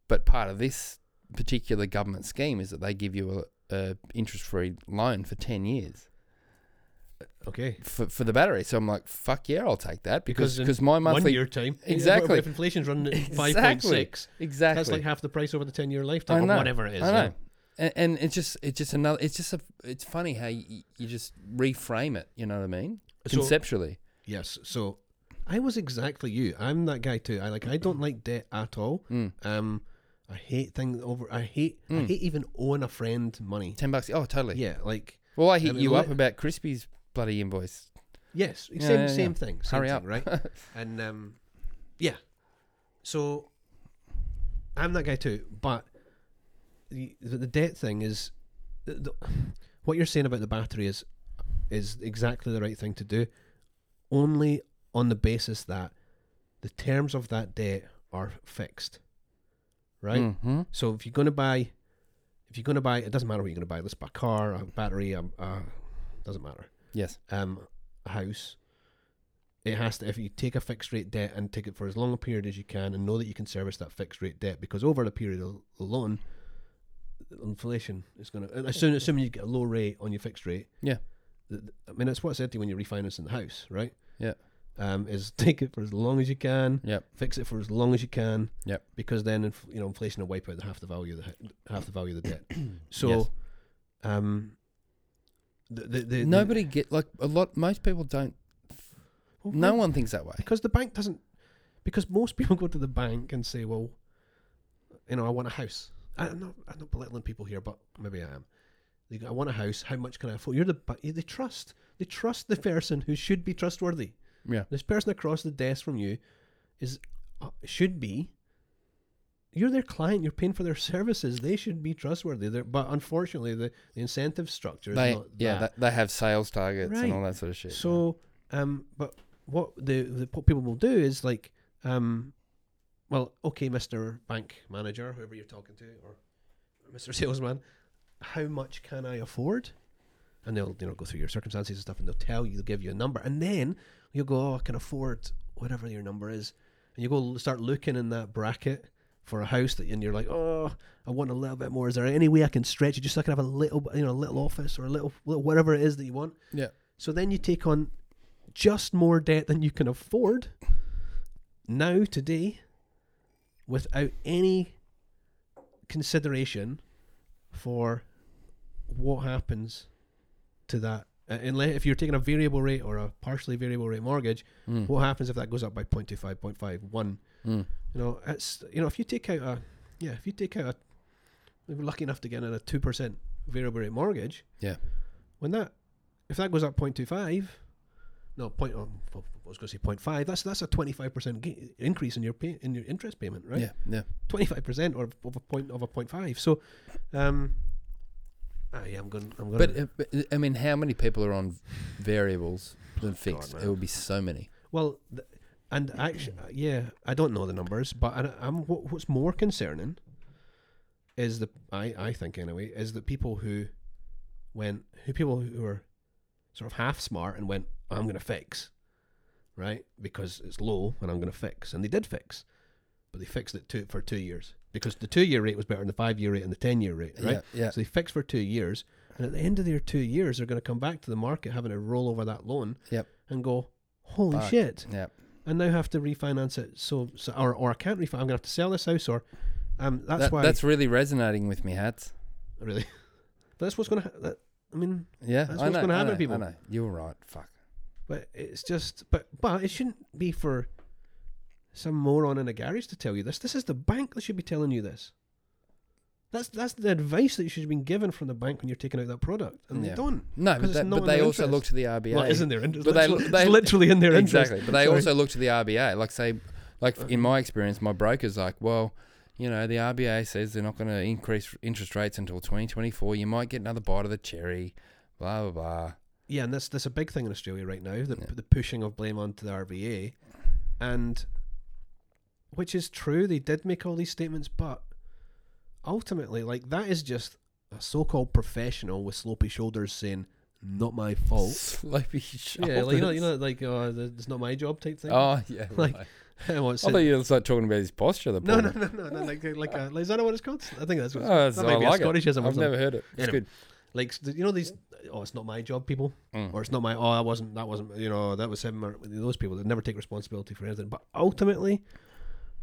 Speaker 2: But part of this particular government scheme is that they give you a, a interest-free loan for ten years
Speaker 3: Okay.
Speaker 2: for, for the battery. So I'm like, fuck yeah, I'll take that because
Speaker 3: Because in
Speaker 2: because my
Speaker 3: one
Speaker 2: monthly
Speaker 3: year time.
Speaker 2: Exactly.
Speaker 3: If inflation's running at
Speaker 2: Exactly.
Speaker 3: five point six,
Speaker 2: exactly
Speaker 3: that's like half the price over the ten year
Speaker 2: I
Speaker 3: lifetime or
Speaker 2: know.
Speaker 3: whatever it is.
Speaker 2: I
Speaker 3: yeah.
Speaker 2: know. And, and it's just it's just another it's just a it's funny how you, you just reframe it. You know what I mean?
Speaker 3: So-
Speaker 2: Conceptually,
Speaker 3: Yes. So I was exactly you. I'm that guy too. I like I don't like debt at all.
Speaker 2: Hmm.
Speaker 3: Um I hate things over I hate I hate even owing a friend money.
Speaker 2: ten bucks. Oh, totally.
Speaker 3: Yeah, like
Speaker 2: Well, I hit
Speaker 3: I mean,
Speaker 2: you
Speaker 3: let-
Speaker 2: up about Crispy's bloody invoice.
Speaker 3: Yes,
Speaker 2: Yeah,
Speaker 3: same
Speaker 2: yeah,
Speaker 3: same
Speaker 2: yeah.
Speaker 3: thing. Same
Speaker 2: Hurry
Speaker 3: thing,
Speaker 2: up.
Speaker 3: right?
Speaker 2: [LAUGHS]
Speaker 3: and um, yeah, so I'm that guy too. But the the, the debt thing is the, the, what you're saying about the battery is is exactly the right thing to do, only on the basis that the terms of that debt are fixed, right?
Speaker 2: Mm-hmm.
Speaker 3: So if you're going to buy, if you're going to buy, it doesn't matter what you're going to buy. Let's buy a car, a battery, a, a doesn't matter
Speaker 2: Yes.
Speaker 3: um, a house, it has to, if you take a fixed rate debt and take it for as long a period as you can and know that you can service that fixed rate debt because over the period al- alone, inflation is going to, assuming, assuming you get a low rate on your fixed rate,
Speaker 2: Yeah.
Speaker 3: th- th- I mean, that's what I said to you when you're refinancing the house, right?
Speaker 2: Yeah.
Speaker 3: Um, is [LAUGHS] take it for as long as you can,
Speaker 2: Yep.
Speaker 3: fix it for as long as you can,
Speaker 2: Yep.
Speaker 3: because then inf- you know inflation will wipe out half the value of the half the value of the
Speaker 2: [CLEARS THROAT]
Speaker 3: debt. So,
Speaker 2: Yes.
Speaker 3: um, the, the, the
Speaker 2: Nobody get like a lot. Most people don't.
Speaker 3: the,
Speaker 2: No one thinks that way.
Speaker 3: because the bank doesn't because most people [LAUGHS] go to the bank and say well you know i want a house I- i'm not i'm not belittling people here but maybe i am they go, i want a house how much can i afford you're the ba- they trust they trust the person who should be trustworthy
Speaker 2: Yeah.
Speaker 3: this person across the desk from you is uh, should be you're their client you're paying for their [LAUGHS] services they should be trustworthy They're, but unfortunately the, the incentive structure is
Speaker 2: They
Speaker 3: not
Speaker 2: yeah
Speaker 3: that.
Speaker 2: that, they have sales targets
Speaker 3: Right.
Speaker 2: and all that sort of shit.
Speaker 3: So, um, but what the, the what people will do is like, um, well, okay, Mister Bank Manager, whoever you're talking to, or Mister Salesman, how much can I afford? And they'll you know go through your circumstances and stuff, and they'll tell you, they'll give you a number, and then you'll go, oh, I can afford whatever your number is, and you go start looking in that bracket for a house that, and you're like, oh, I want a little bit more. Is there any way I can stretch it just so I can have a little, you know, a little office or a little, little whatever it is that you want?
Speaker 2: yeah.
Speaker 3: So then you take on just more debt than you can afford now, today, without any consideration for what happens to that. Uh, Unless if you're taking a variable rate or a partially variable rate mortgage, what happens if that goes up by 0.25, 0.51?
Speaker 2: Mm.
Speaker 3: You know, it's you know if you take out a yeah if you take out a we were lucky enough to get in a two percent variable rate mortgage
Speaker 2: Yeah.
Speaker 3: when that if that goes up 0.25, no point. Oh, I was going to say 0.5. That's that's a 25% ga- increase in your pay, in your interest payment, right?
Speaker 2: Yeah, yeah.
Speaker 3: 25% or of a point of a 0.5. So, um, ah, yeah, I'm going. I'm going.
Speaker 2: But, uh, but uh, I mean, how many people are on variables than fixed?
Speaker 3: man.
Speaker 2: it would be so many.
Speaker 3: Well, th- and actually, yeah, I don't know the numbers, but I, I'm what, what's more concerning is the I I think anyway is that people who went who people who are sort of half smart and went I'm going to fix, right? Because it's low and I'm going to fix, and they did fix, but they fixed it two, for two years because the two year rate was better than the five year rate and the ten year rate, right?
Speaker 2: Yeah, yeah.
Speaker 3: So they fixed for two years, and at the end of their two years, they're going to come back to the market having to roll over that loan
Speaker 2: Yep.
Speaker 3: and go, holy
Speaker 2: Fuck.
Speaker 3: shit,
Speaker 2: Yeah.
Speaker 3: I now have to refinance it. So, so or, or I can't refinance. I'm gonna have to sell this house, or um, that's
Speaker 2: That's, that,
Speaker 3: why.
Speaker 2: that's really resonating with me, Hats.
Speaker 3: [LAUGHS] really. That's what's gonna. Ha- that, I mean,
Speaker 2: Yeah,
Speaker 3: That's
Speaker 2: I
Speaker 3: what's
Speaker 2: know.
Speaker 3: gonna
Speaker 2: I
Speaker 3: happen to
Speaker 2: know,
Speaker 3: people.
Speaker 2: I know. You're right. Fuck.
Speaker 3: but it's just. But but it shouldn't be for some moron in a garage to tell you this. This is the bank that should be telling you this. That's that's the advice that you should have been given from the bank when you're taking out that product, and
Speaker 2: Yeah.
Speaker 3: they don't.
Speaker 2: No,
Speaker 3: 'cause
Speaker 2: but,
Speaker 3: it's
Speaker 2: that,
Speaker 3: not
Speaker 2: but
Speaker 3: in
Speaker 2: they
Speaker 3: their
Speaker 2: also
Speaker 3: interest.
Speaker 2: look to the RBA.
Speaker 3: Well, it isn't their interest.
Speaker 2: But
Speaker 3: But
Speaker 2: they-
Speaker 3: it's
Speaker 2: they-
Speaker 3: literally in their interest.
Speaker 2: exactly. But they
Speaker 3: Sorry. Uh-huh.
Speaker 2: also look to the RBA. Like say, like in my experience, my broker's like, well, you know, the RBA says they're not going to increase interest rates until 2024. You might get another bite of the cherry. Blah blah blah.
Speaker 3: Yeah, and that's that's a big thing in Australia right now. The, the pushing of blame onto the RBA, and which is true. They did make all these statements, but ultimately, like that is just a so-called professional with slopey shoulders saying, "Not
Speaker 2: [LAUGHS]
Speaker 3: my fault."
Speaker 2: Slopey
Speaker 3: Oh. Yeah,
Speaker 2: shoulders.
Speaker 3: like you know, you know, like oh, th- it's not my job type thing.
Speaker 2: Oh yeah.
Speaker 3: [LAUGHS] Like,
Speaker 2: right.
Speaker 3: What's
Speaker 2: I
Speaker 3: it-
Speaker 2: thought you were like talking about his posture. The
Speaker 3: no, [LAUGHS]
Speaker 2: poor
Speaker 3: no,
Speaker 2: man.
Speaker 3: no, no, no, like like a, is that what it's called? I think that's what it's,
Speaker 2: Oh, it's,
Speaker 3: that
Speaker 2: I
Speaker 3: might be
Speaker 2: like
Speaker 3: a Scottishism
Speaker 2: it.
Speaker 3: or
Speaker 2: I've
Speaker 3: something.
Speaker 2: never heard it. It's
Speaker 3: Anyway.
Speaker 2: good.
Speaker 3: Like s- you know these. Oh, it's not my job, people.
Speaker 2: Mm.
Speaker 3: Or it's not my. Oh, I wasn't. That wasn't. You know, that was him. Or those people that never take responsibility for anything. But ultimately,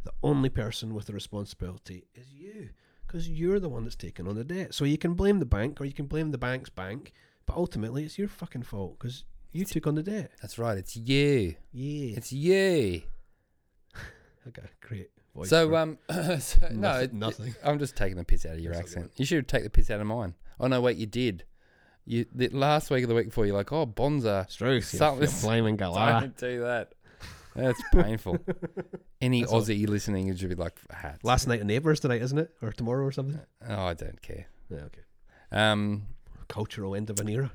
Speaker 3: the only person with the responsibility is you, because you're the one that's taken on the debt. So you can blame the bank, or you can blame the bank's bank. But ultimately, it's your fucking fault because you took on the debt.
Speaker 2: That's right. It's you.
Speaker 3: Yeah.
Speaker 2: It's you.
Speaker 3: Okay. Great. Voice
Speaker 2: So
Speaker 3: for
Speaker 2: um, [LAUGHS] so, no,
Speaker 3: nothing-
Speaker 2: it-
Speaker 3: nothing.
Speaker 2: I'm just taking the piss out of your accent. You should take the piss out of mine. Oh no, wait, you did. You the last week or the week before, you're like, oh, Bonza,
Speaker 3: Struth.
Speaker 2: something-
Speaker 3: You're, you're blaming
Speaker 2: [LAUGHS]
Speaker 3: Galah.
Speaker 2: don't do that. [LAUGHS] That's painful. Any Aussie listening is should be like hats.
Speaker 3: Last night in neighbours tonight, isn't it, or tomorrow or something?
Speaker 2: Oh, I don't care.
Speaker 3: Yeah. Okay.
Speaker 2: Um,
Speaker 3: Cultural end of an era.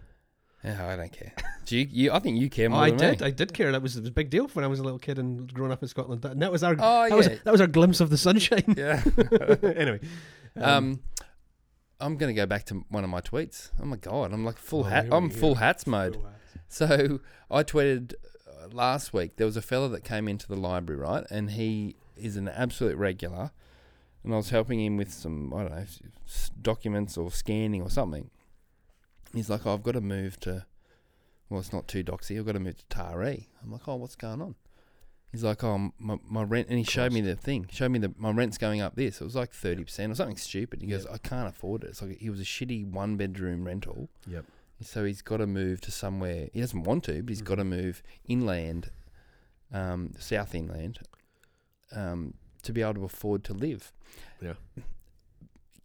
Speaker 2: yeah, I don't care. Do you, you? I think you care
Speaker 3: Oh,
Speaker 2: more
Speaker 3: I
Speaker 2: than
Speaker 3: did.
Speaker 2: me.
Speaker 3: I did care. That was, it was a big deal when I was a little kid and growing up in Scotland. That, and that was our
Speaker 2: Oh,
Speaker 3: that, was,
Speaker 2: yeah.
Speaker 3: that was our glimpse of the sunshine. [LAUGHS]
Speaker 2: yeah. [LAUGHS]
Speaker 3: anyway,
Speaker 2: Um, I'm gonna go back to one of my tweets. Oh my god, I'm like full
Speaker 3: Oh,
Speaker 2: hat.
Speaker 3: here we
Speaker 2: I'm
Speaker 3: go.
Speaker 2: full hats mode. So I tweeted uh, last week there was a fella that came into the library, right? And he is an absolute regular. And I was helping him with some, I don't know, s- s- documents or scanning or something. He's like, oh, I've got to move to, well, it's not too doxy. I've got to move to Taree. I'm like, oh, what's going on? He's like, oh, m- my, my rent. And he showed me the thing, showed me that my rent's going up this. It was like 30% or something stupid. He goes, I can't afford it. It's like, he was a shitty one bedroom rental.
Speaker 3: yep.
Speaker 2: So he's got to move to somewhere. He doesn't want to, but he's got
Speaker 3: Mm.
Speaker 2: to move inland, um, south inland, um, to be able to afford to live.
Speaker 3: Yeah.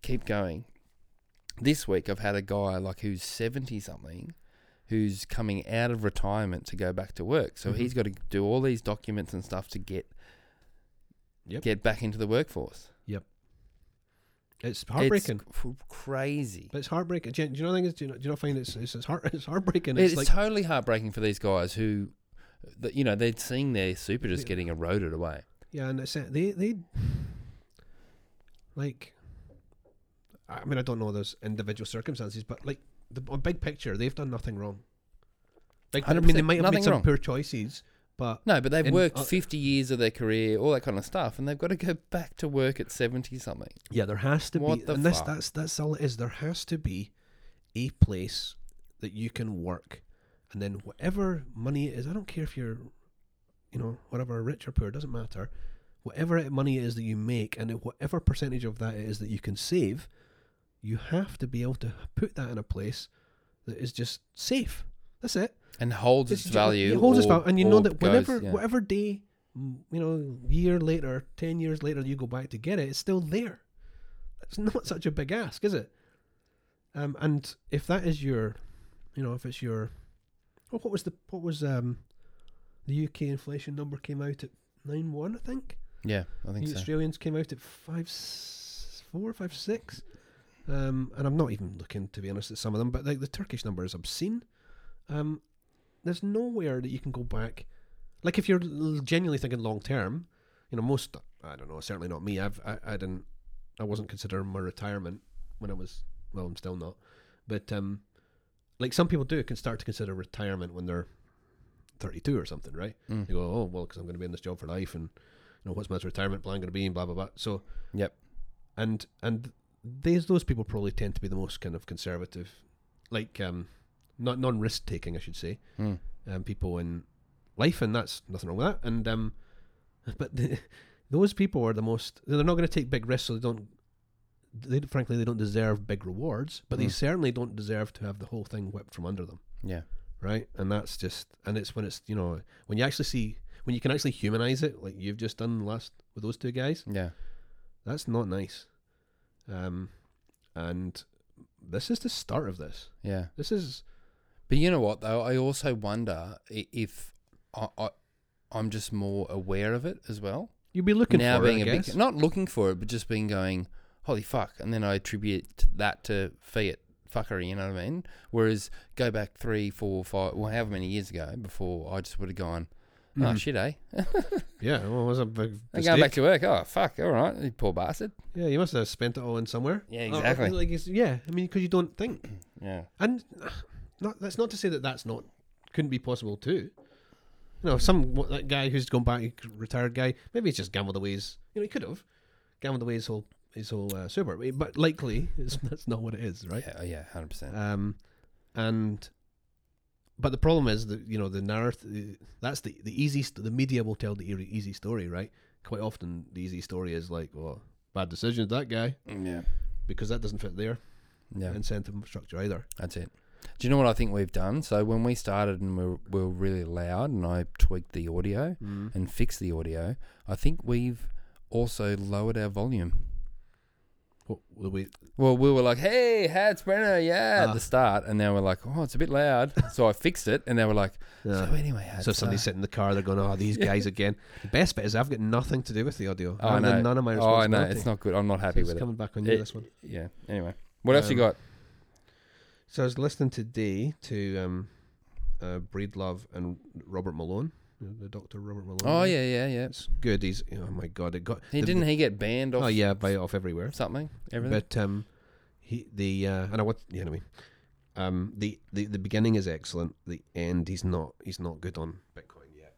Speaker 2: Keep going. This week I've had a guy like who's seventy something, who's coming out of retirement to go back to work. So
Speaker 3: Mhm.
Speaker 2: he's got to do all these documents and stuff to get
Speaker 3: Yep.
Speaker 2: get back into the workforce.
Speaker 3: It's
Speaker 2: It's
Speaker 3: heartbreaking.
Speaker 2: c- crazy.
Speaker 3: but it's heartbreaking. Do you, do you know the thing is? Do you, know, do you not find it's it's, it's, heart, it's heartbreaking?
Speaker 2: It's,
Speaker 3: It's, like
Speaker 2: totally heartbreaking for these guys who, that you know, they're seeing their super just getting eroded away.
Speaker 3: yeah, and it's they they like. I mean, I don't know those individual circumstances, but like the on big picture, they've done nothing wrong. Like, I mean, they
Speaker 2: 100%
Speaker 3: might have
Speaker 2: nothing
Speaker 3: made some
Speaker 2: wrong.
Speaker 3: poor choices, but
Speaker 2: No, but they've
Speaker 3: In-
Speaker 2: worked
Speaker 3: uh,
Speaker 2: 50 years of their career, all that kind of stuff, and they've got to go back to work at 70 something.
Speaker 3: Yeah, there has to be,
Speaker 2: What the
Speaker 3: and this,
Speaker 2: fuck?
Speaker 3: that's that's all it is. There has to be a place that you can work, and then whatever money it is, I don't care if you're, you know, whatever rich or poor, it doesn't matter. Whatever it- money it is that you make, and whatever percentage of that it is that you can save, you have to be able to put that in a place that is just safe. That's it.
Speaker 2: And holds its,
Speaker 3: It's ju-
Speaker 2: value.
Speaker 3: It holds its
Speaker 2: or-
Speaker 3: value, and you know
Speaker 2: or
Speaker 3: that
Speaker 2: goes-
Speaker 3: whenever,
Speaker 2: yeah.
Speaker 3: whatever day, mm, you know, year later, ten years later, you go back to get it, it's still there. It's [LAUGHS] not such a big ask, is it? Um, and if that is your, you know, if it's your Oh, what was the what was um the UK inflation number came out at nine one, I think.
Speaker 2: Yeah, I think
Speaker 3: the
Speaker 2: so.
Speaker 3: Australians came out at five s- four, five six. Um, and I'm not even looking to be honest at some of them, but like the Turkish number is obscene. Um, there's nowhere that you can go back. Like if you're l- genuinely thinking long term, you know most. I don't know. Certainly not me. I've I, I didn't. I wasn't considering my retirement when I was. Well, I'm still not. But um, like some people do, can start to consider retirement when they're 32 or something, right?
Speaker 2: Mm.
Speaker 3: They go, oh well, because I'm going to be in this job for life, and you know what's my retirement plan going to be, and blah blah blah. So
Speaker 2: Yep.
Speaker 3: and and these those people probably tend to be the most kind of conservative, like um, not non risk taking, I should say,
Speaker 2: Hmm.
Speaker 3: um, people in life, and that's nothing wrong with that. And um, but the, those people are the most they're not going to take big risks, so they don't. They frankly they don't deserve big rewards, but they certainly don't deserve to have the whole thing whipped from under them
Speaker 2: Yeah.
Speaker 3: right? And that's just, and it's when it's you know when you actually see when you can actually humanize it, like you've just done last with those two guys.
Speaker 2: Yeah.
Speaker 3: That's not nice. Um, and this is the start of this.
Speaker 2: Yeah.
Speaker 3: This is
Speaker 2: But you know what though, I also wonder i- if I, I I'm just more aware of it as well.
Speaker 3: you'll be looking
Speaker 2: now
Speaker 3: for
Speaker 2: being
Speaker 3: it, I
Speaker 2: a
Speaker 3: guess.
Speaker 2: big not looking for it, but just being going, holy fuck, and then I attribute that to fiat fuckery. You know what I mean? Whereas go back three, four, five, well, however many years ago, before I just would have gone. Oh
Speaker 3: Hmm.
Speaker 2: shit, eh?
Speaker 3: yeah, well, it was a big
Speaker 2: I'm going back
Speaker 3: mistake.
Speaker 2: to work. Oh fuck! All right, you poor bastard.
Speaker 3: Yeah, you must have spent it all in somewhere.
Speaker 2: Yeah,
Speaker 3: Uh,
Speaker 2: exactly.
Speaker 3: like it's, yeah, I mean, because you don't think,
Speaker 2: Yeah,
Speaker 3: and [SIGHS] not, that's not to say that that's not couldn't be possible too. You know, some what, that guy who's gone back, retired guy. Maybe he's just gambled away his. You know, he could have gambled away his whole his whole uh, super, but likely [LAUGHS] it's, that's not what it is, right?
Speaker 2: yeah, oh, yeah, hundred percent.
Speaker 3: Um, and but the problem is that you know the narrative. That's the the easy. St- the media will tell the eerie- easy story, right? Quite often, the easy story is like, "Well, bad decisions that guy,"
Speaker 2: Yeah,
Speaker 3: because that doesn't fit their
Speaker 2: yeah.
Speaker 3: incentive structure either.
Speaker 2: That's it. Do you know what I think we've done? So when we started and we were, we were really loud, and I tweaked the audio and fixed the audio, I think we've also lowered our volume.
Speaker 3: What the way
Speaker 2: Well, we were like, "Hey, hats Brenner, yeah," at
Speaker 3: Ah.
Speaker 2: the start, and now we're like, "Oh, it's a bit loud," so I fixed it, and they were like,
Speaker 3: Yeah.
Speaker 2: "So anyway, hats,
Speaker 3: So if somebody's
Speaker 2: uh,
Speaker 3: sitting in the car, they're
Speaker 2: [LAUGHS]
Speaker 3: going, "Oh, these guys again." The best bit is I've got nothing to do with the audio.
Speaker 2: oh, I
Speaker 3: I've got
Speaker 2: know.
Speaker 3: None of
Speaker 2: oh, I
Speaker 3: my responsibility.
Speaker 2: know, it's not good. I'm not
Speaker 3: So
Speaker 2: happy
Speaker 3: it's
Speaker 2: with it.
Speaker 3: coming back on you
Speaker 2: It-
Speaker 3: this one.
Speaker 2: Yeah. Anyway, what else you
Speaker 3: Um,
Speaker 2: got?
Speaker 3: So I was listening today to um, uh, Breedlove and Robert Malone, you know, the Doctor Robert Malone.
Speaker 2: Oh
Speaker 3: guy.
Speaker 2: yeah, yeah, yeah.
Speaker 3: it's good. He's oh my god, it got
Speaker 2: He
Speaker 3: mm-hmm. the-
Speaker 2: didn't he get banned off?
Speaker 3: Oh yeah, by off everywhere.
Speaker 2: something. Everything.
Speaker 3: But um, he the uh, and I want yeah, anyway. Um, the, the the beginning is excellent. The end, he's not he's not good on Bitcoin yet.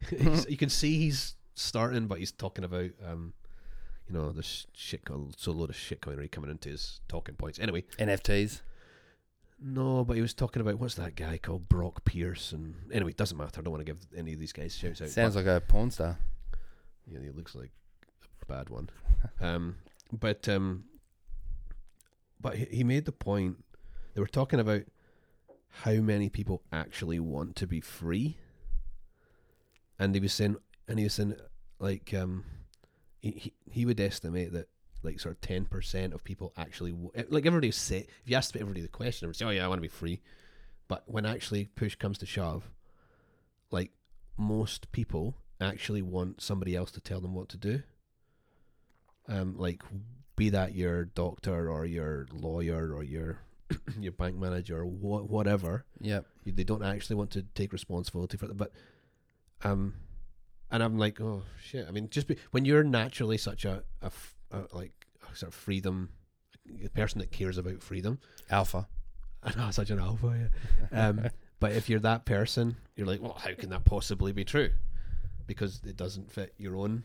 Speaker 3: [LAUGHS] He's- you can see he's starting, but he's talking about um, you know, there's shit so a load of shitcoinery coming into his talking points. Anyway,
Speaker 2: NFTs.
Speaker 3: no, but he was talking about what's that guy called Brock Pierce, and anyway, it doesn't matter. I don't want to give any of these guys shouts out.
Speaker 2: Sounds
Speaker 3: but-
Speaker 2: like a porn star.
Speaker 3: yeah, he looks like a bad one. Um, but um, but he- he made the point. They were talking about how many people actually want to be free, and he was saying, and he was saying, like, um, he he, he would estimate that. Like sort of ten percent of people actually w- eh, like everybody say if you asked everybody the question, they would say, "Oh yeah, I want to be free," but when actually push comes to shove, like most people actually want somebody else to tell them what to do. Um, like be that your doctor or your lawyer or your [CLEARS THROAT] your bank manager or wha- whatever.
Speaker 2: Yep.
Speaker 3: You- They don't actually want to take responsibility for it. But um, and I'm like, oh shit. I mean, just be, when you're naturally such a, a, f- a like a sort of freedom a person that cares about freedom, [LAUGHS]
Speaker 2: Alpha.
Speaker 3: I know such an alpha. Yeah.
Speaker 2: [LAUGHS]
Speaker 3: Um, but if you're that person, you're like, well, how can that possibly be true? Because it doesn't fit your own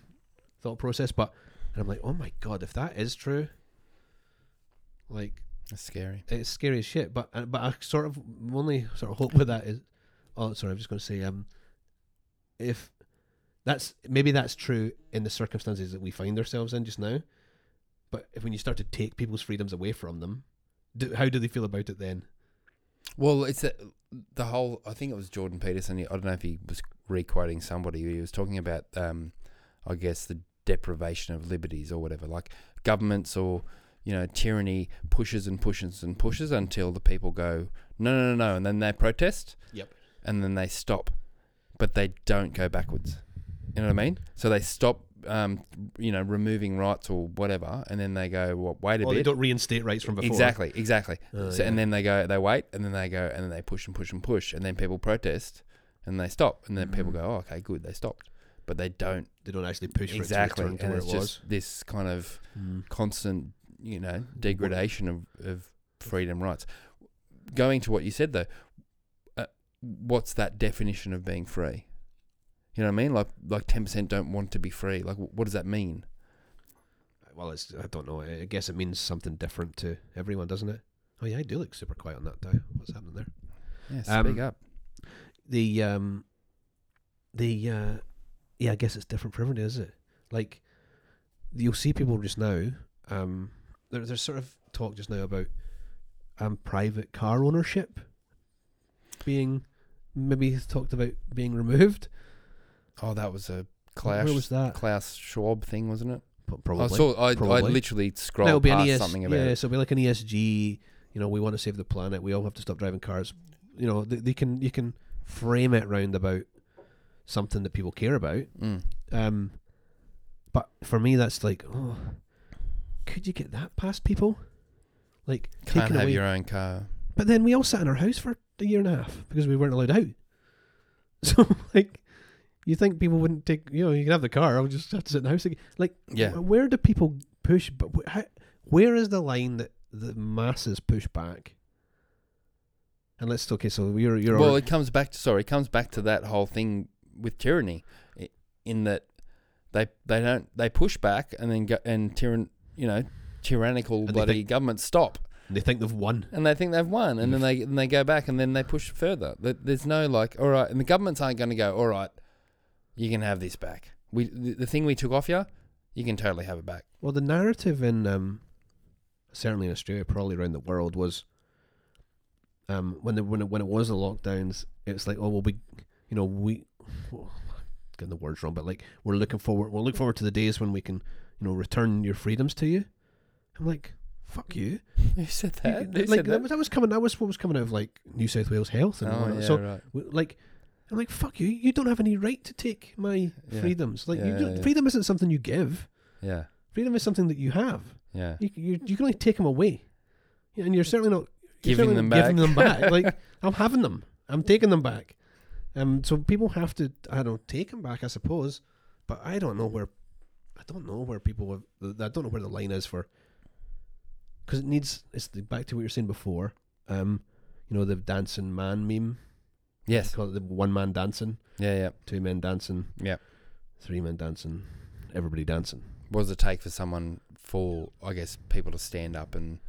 Speaker 3: thought process. But and I'm like, oh my god, if that is true, like
Speaker 2: That's scary.
Speaker 3: it's scary as shit. But uh, but I sort of my only sort of hope with that is, oh sorry, I'm just going to say um, if that's maybe that's true in the circumstances that we find ourselves in just now, but if when you start to take people's freedoms away from them, do, how do they feel about it then?
Speaker 2: Well, it's a, the whole. I think it was Jordan Peterson. I don't know if he was re-quoting somebody. He was talking about, um, I guess, the deprivation of liberties or whatever. Like governments or you know tyranny pushes and pushes and pushes until the people go no no no no, and then they protest.
Speaker 3: Yep.
Speaker 2: and then they stop, but they don't go backwards. You know what I mean? So they stop, um, you know, removing rights or whatever, and then they go, well, wait a
Speaker 3: Well, they
Speaker 2: bit.
Speaker 3: don't reinstate rights from before.
Speaker 2: Exactly, exactly.
Speaker 3: Oh,
Speaker 2: so,
Speaker 3: yeah.
Speaker 2: And then they go, they wait, and then they go, and then they push and push and push, and then people protest, and they stop, and then people go, oh, okay, good, they stopped, but they don't
Speaker 3: They don't actually push
Speaker 2: exactly,
Speaker 3: for it to return to
Speaker 2: and
Speaker 3: where it
Speaker 2: it's
Speaker 3: was.
Speaker 2: just Hmm. this kind of constant, you know, degradation of, of freedom rights. Going to what you said though, uh, what's that definition of being free? You know what I mean? Like like ten percent don't want to be free. Like wh- what does that mean?
Speaker 3: Well, it's I don't know. I guess it means something different to everyone, doesn't it? Oh yeah, I do look super quiet on that dial. What's happening there?
Speaker 2: Yeah, speak
Speaker 3: Um,
Speaker 2: up.
Speaker 3: The um, the uh, yeah, I guess it's different for everybody, is it? Like you'll see people just now. Um, there, there's sort of talk just now about um private car ownership being maybe talked about being removed.
Speaker 2: Oh, that was a Klaus
Speaker 3: Where was that?
Speaker 2: Klaus Schwab thing, wasn't it?
Speaker 3: P- Probably.
Speaker 2: I saw. I, I
Speaker 3: Probably.
Speaker 2: literally
Speaker 3: That'll
Speaker 2: scrolled
Speaker 3: be an
Speaker 2: past
Speaker 3: E ES
Speaker 2: something about
Speaker 3: yeah,
Speaker 2: it.
Speaker 3: so it'll be like an ESG. You know, we want to save the planet. We all have to stop driving cars. You know, they, they can you can frame it round about something that people care about.
Speaker 2: Mm.
Speaker 3: Um, but for me, that's like, oh, could you get that past people? Like
Speaker 2: Can't
Speaker 3: taking
Speaker 2: have
Speaker 3: away.
Speaker 2: your own car.
Speaker 3: but then we all sat in our house for a year and a half because we weren't allowed out. [LAUGHS] So like, you think people wouldn't take? You know, you can have the car. I'll just have to sit in the house again. Like,
Speaker 2: Yeah.
Speaker 3: wh- Where do people push? But wh- how, where is the line that the masses push back? And let's okay. So you're you're
Speaker 2: well,
Speaker 3: al-
Speaker 2: it comes back to sorry, it comes back to that whole thing with tyranny, i- in that they they don't they push back and then go, and tyran you know tyrannical
Speaker 3: And they
Speaker 2: bloody
Speaker 3: think-
Speaker 2: governments stop
Speaker 3: they think they've won.
Speaker 2: and they think they've won and then they and they go back and then they push further. Th- There's no like all right, and the governments aren't going to go all right. You can have this back. We the, the thing we took off you, you can totally have it back. [LAUGHS]
Speaker 3: Well, the narrative in um, certainly in Australia, probably around the world, was um, when the when it, when it was the lockdowns, it was like, oh well, we, you know, we, [SIGHS] getting the words wrong, but like we're looking forward, we'll look forward to the days when we can, you know, return your freedoms to you. I'm like, fuck you.
Speaker 2: Who said
Speaker 3: You-
Speaker 2: that? Who
Speaker 3: like
Speaker 2: said
Speaker 3: that? was, that was coming. That was what was coming out of like New South Wales Health and all
Speaker 2: Oh,
Speaker 3: that.
Speaker 2: yeah,
Speaker 3: so
Speaker 2: right.
Speaker 3: w- like, I'm like, fuck you. You don't have any right to take my
Speaker 2: Yeah.
Speaker 3: freedoms. Like, you
Speaker 2: Yeah,
Speaker 3: don't,
Speaker 2: yeah.
Speaker 3: freedom isn't something you give.
Speaker 2: Yeah,
Speaker 3: Freedom is something that you have.
Speaker 2: yeah.
Speaker 3: You, you, you can only take them away, You know, and you're certainly not you're
Speaker 2: Giving
Speaker 3: certainly
Speaker 2: them
Speaker 3: not giving
Speaker 2: [LAUGHS]
Speaker 3: them back. like I'm having them, I'm taking them back. Um, so people have to, I don't take them back, I suppose, but I don't know where, I don't know where people, have, I don't know where the line is for, because it needs. It's the, back to what you were saying before. Um, you know the dancing man meme. It's
Speaker 2: Yes.
Speaker 3: called the one man dancing,
Speaker 2: Yeah, yeah.
Speaker 3: two men dancing,
Speaker 2: Yeah.
Speaker 3: three men dancing, everybody dancing.
Speaker 2: What does it take for someone for I guess people to stand up and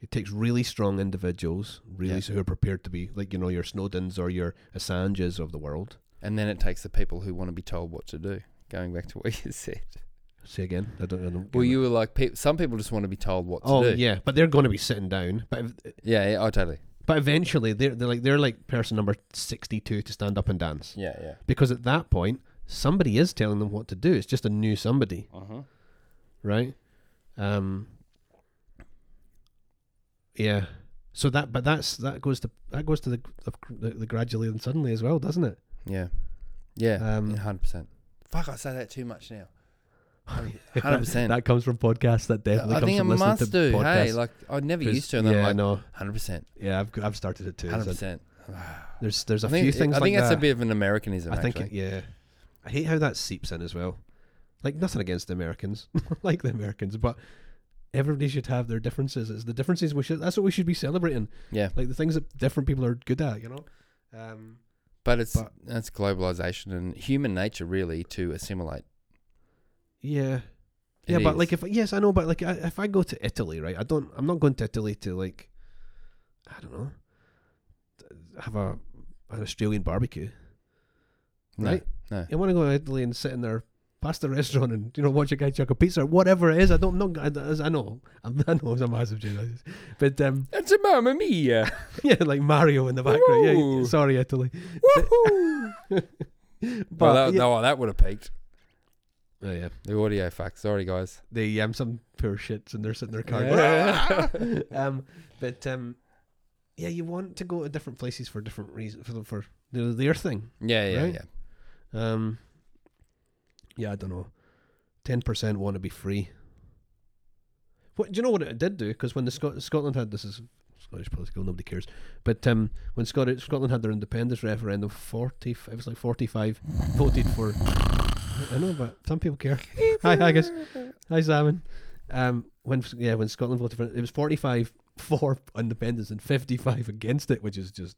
Speaker 3: It takes really strong individuals, really
Speaker 2: Yeah.
Speaker 3: so who are prepared to be like you know your Snowdens or your Assanges of the world.
Speaker 2: And then it takes the people who want to be told what to do. Going back to [LAUGHS] what you said.
Speaker 3: Say again, I don't. I don't
Speaker 2: Well, you were like, pe- some people just want to be told what to
Speaker 3: Oh
Speaker 2: do.
Speaker 3: yeah, but they're going to be sitting down. But ev-
Speaker 2: yeah, yeah, oh, totally.
Speaker 3: but eventually they're they're like they're like person number sixty two to stand up and dance
Speaker 2: Yeah, yeah.
Speaker 3: because at that point somebody is telling them what to do. It's just a new somebody,
Speaker 2: Uh-huh.
Speaker 3: right? Um. Yeah. So that but that's that goes to that goes to the the, the gradually and suddenly as well, doesn't it?
Speaker 2: Yeah. Yeah,
Speaker 3: Um,
Speaker 2: um, 100%. Fuck, I say that too much
Speaker 3: [LAUGHS]
Speaker 2: now. 100%.
Speaker 3: That comes from podcasts. That definitely
Speaker 2: I
Speaker 3: comes
Speaker 2: think I
Speaker 3: from listening to
Speaker 2: must do.
Speaker 3: podcasts.
Speaker 2: Hey, like, I never
Speaker 3: 'Cause-
Speaker 2: used to. And then
Speaker 3: yeah,
Speaker 2: I'm like,
Speaker 3: no,
Speaker 2: 100%.
Speaker 3: yeah, I've I've started it too. so
Speaker 2: 100%.
Speaker 3: there's there's a
Speaker 2: I think,
Speaker 3: few things
Speaker 2: I think
Speaker 3: like
Speaker 2: that's
Speaker 3: that.
Speaker 2: a bit of an Americanism,
Speaker 3: I think it,
Speaker 2: actually.
Speaker 3: yeah, I hate how that seeps in as well. Like nothing against the Americans, [LAUGHS] like the Americans, but everybody should have their differences. It's the differences we should. That's what we should be celebrating.
Speaker 2: Yeah.
Speaker 3: Like the things that different people are good at. You know. Um,
Speaker 2: But it's
Speaker 3: but-
Speaker 2: that's globalization and human nature, really, to assimilate.
Speaker 3: yeah.
Speaker 2: It
Speaker 3: yeah, but
Speaker 2: is.
Speaker 3: like if yes, I know, but like I, if I go to Italy, right? I don't. I'm not going to Italy to like, I don't know, have a an Australian barbecue,
Speaker 2: No,
Speaker 3: right?
Speaker 2: No.
Speaker 3: I want to go to Italy and sit in their pasta [LAUGHS] restaurant and you know watch a guy chuck a pizza or whatever it is. I don't know. I, I know. I'm, I know it's a massive joke, but um, [LAUGHS]
Speaker 2: It's a mamma mia. [LAUGHS]
Speaker 3: yeah, like Mario in the background. Yeah,
Speaker 2: Woo.
Speaker 3: sorry, Italy.
Speaker 2: Woohoo!
Speaker 3: But
Speaker 2: well, that,
Speaker 3: yeah,
Speaker 2: no, that would have peaked.
Speaker 3: Oh, yeah.
Speaker 2: The audio fuck. Sorry, guys.
Speaker 3: they um some poor shits and they're sitting in their car. "Ah,
Speaker 2: [LAUGHS] Yeah.
Speaker 3: [LAUGHS] um, but um, yeah, you want to go to different places for different reasons for for they're their thing.
Speaker 2: Yeah, yeah,
Speaker 3: Right?
Speaker 2: yeah.
Speaker 3: Um, yeah, I don't know. Ten percent want to be free. What do you know? What it did do? Because when the Scot- Scotland had this is Scottish political, nobody cares. But um, when Scot- Scotland had their independence referendum, forty f- it was like forty-five voted for. I know, but some people care. [LAUGHS] hi, Haggis. Hi, Salmon. Um, when yeah, when Scotland voted for it, it was forty-five for independence and fifty-five against it, which is just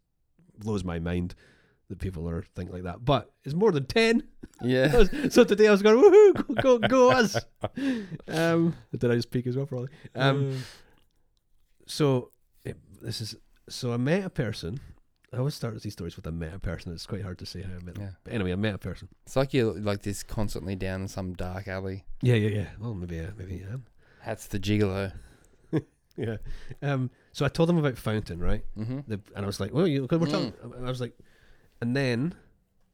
Speaker 3: blows my mind that people are think like that. But it's more than ten. [LAUGHS] I
Speaker 2: Yeah.
Speaker 3: was- so today I was going, woohoo, go, go, go [LAUGHS] us. Um, did I just peak as well, probably? Um, so it, this is so I met a person. I always start these stories with I met a person. It's quite hard to say how I met them.
Speaker 2: Yeah.
Speaker 3: But anyway, I met a person.
Speaker 2: It's like you're like this constantly down in some dark alley.
Speaker 3: Yeah, yeah, yeah. Well, maybe, uh, maybe I am.
Speaker 2: Hats the gigolo.
Speaker 3: Yeah. Um, so I told them about Fountain, right?
Speaker 2: Mm-hmm.
Speaker 3: The, and I was like, well, you, 'cause we're talking. I was like, and then,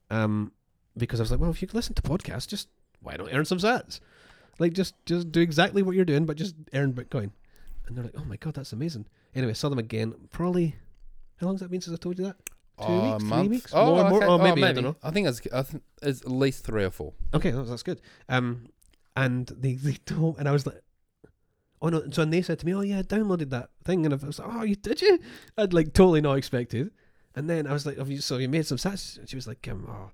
Speaker 3: um, because I was like, well, if you listen to podcasts, just why don't earn some sats? Like, just just do exactly what you're doing, but just earn Bitcoin. And they're like, oh my god, that's amazing. Anyway, I saw them again. Probably, how long's that been since I told you that? Two weeks, three weeks,
Speaker 2: Oh,
Speaker 3: more, more,
Speaker 2: okay.
Speaker 3: or maybe, I don't know.
Speaker 2: I think it's, I th- it's at least three or four.
Speaker 3: Okay, that's, that's good. Um, and they they don't, and I was like. Oh no! So and they said to me, "Oh yeah, I downloaded that thing," and I was like, "Oh, you did you?" I'd like totally not expected. And then I was like, "Have you? So you made some sats?" And she was like, "Um, oh,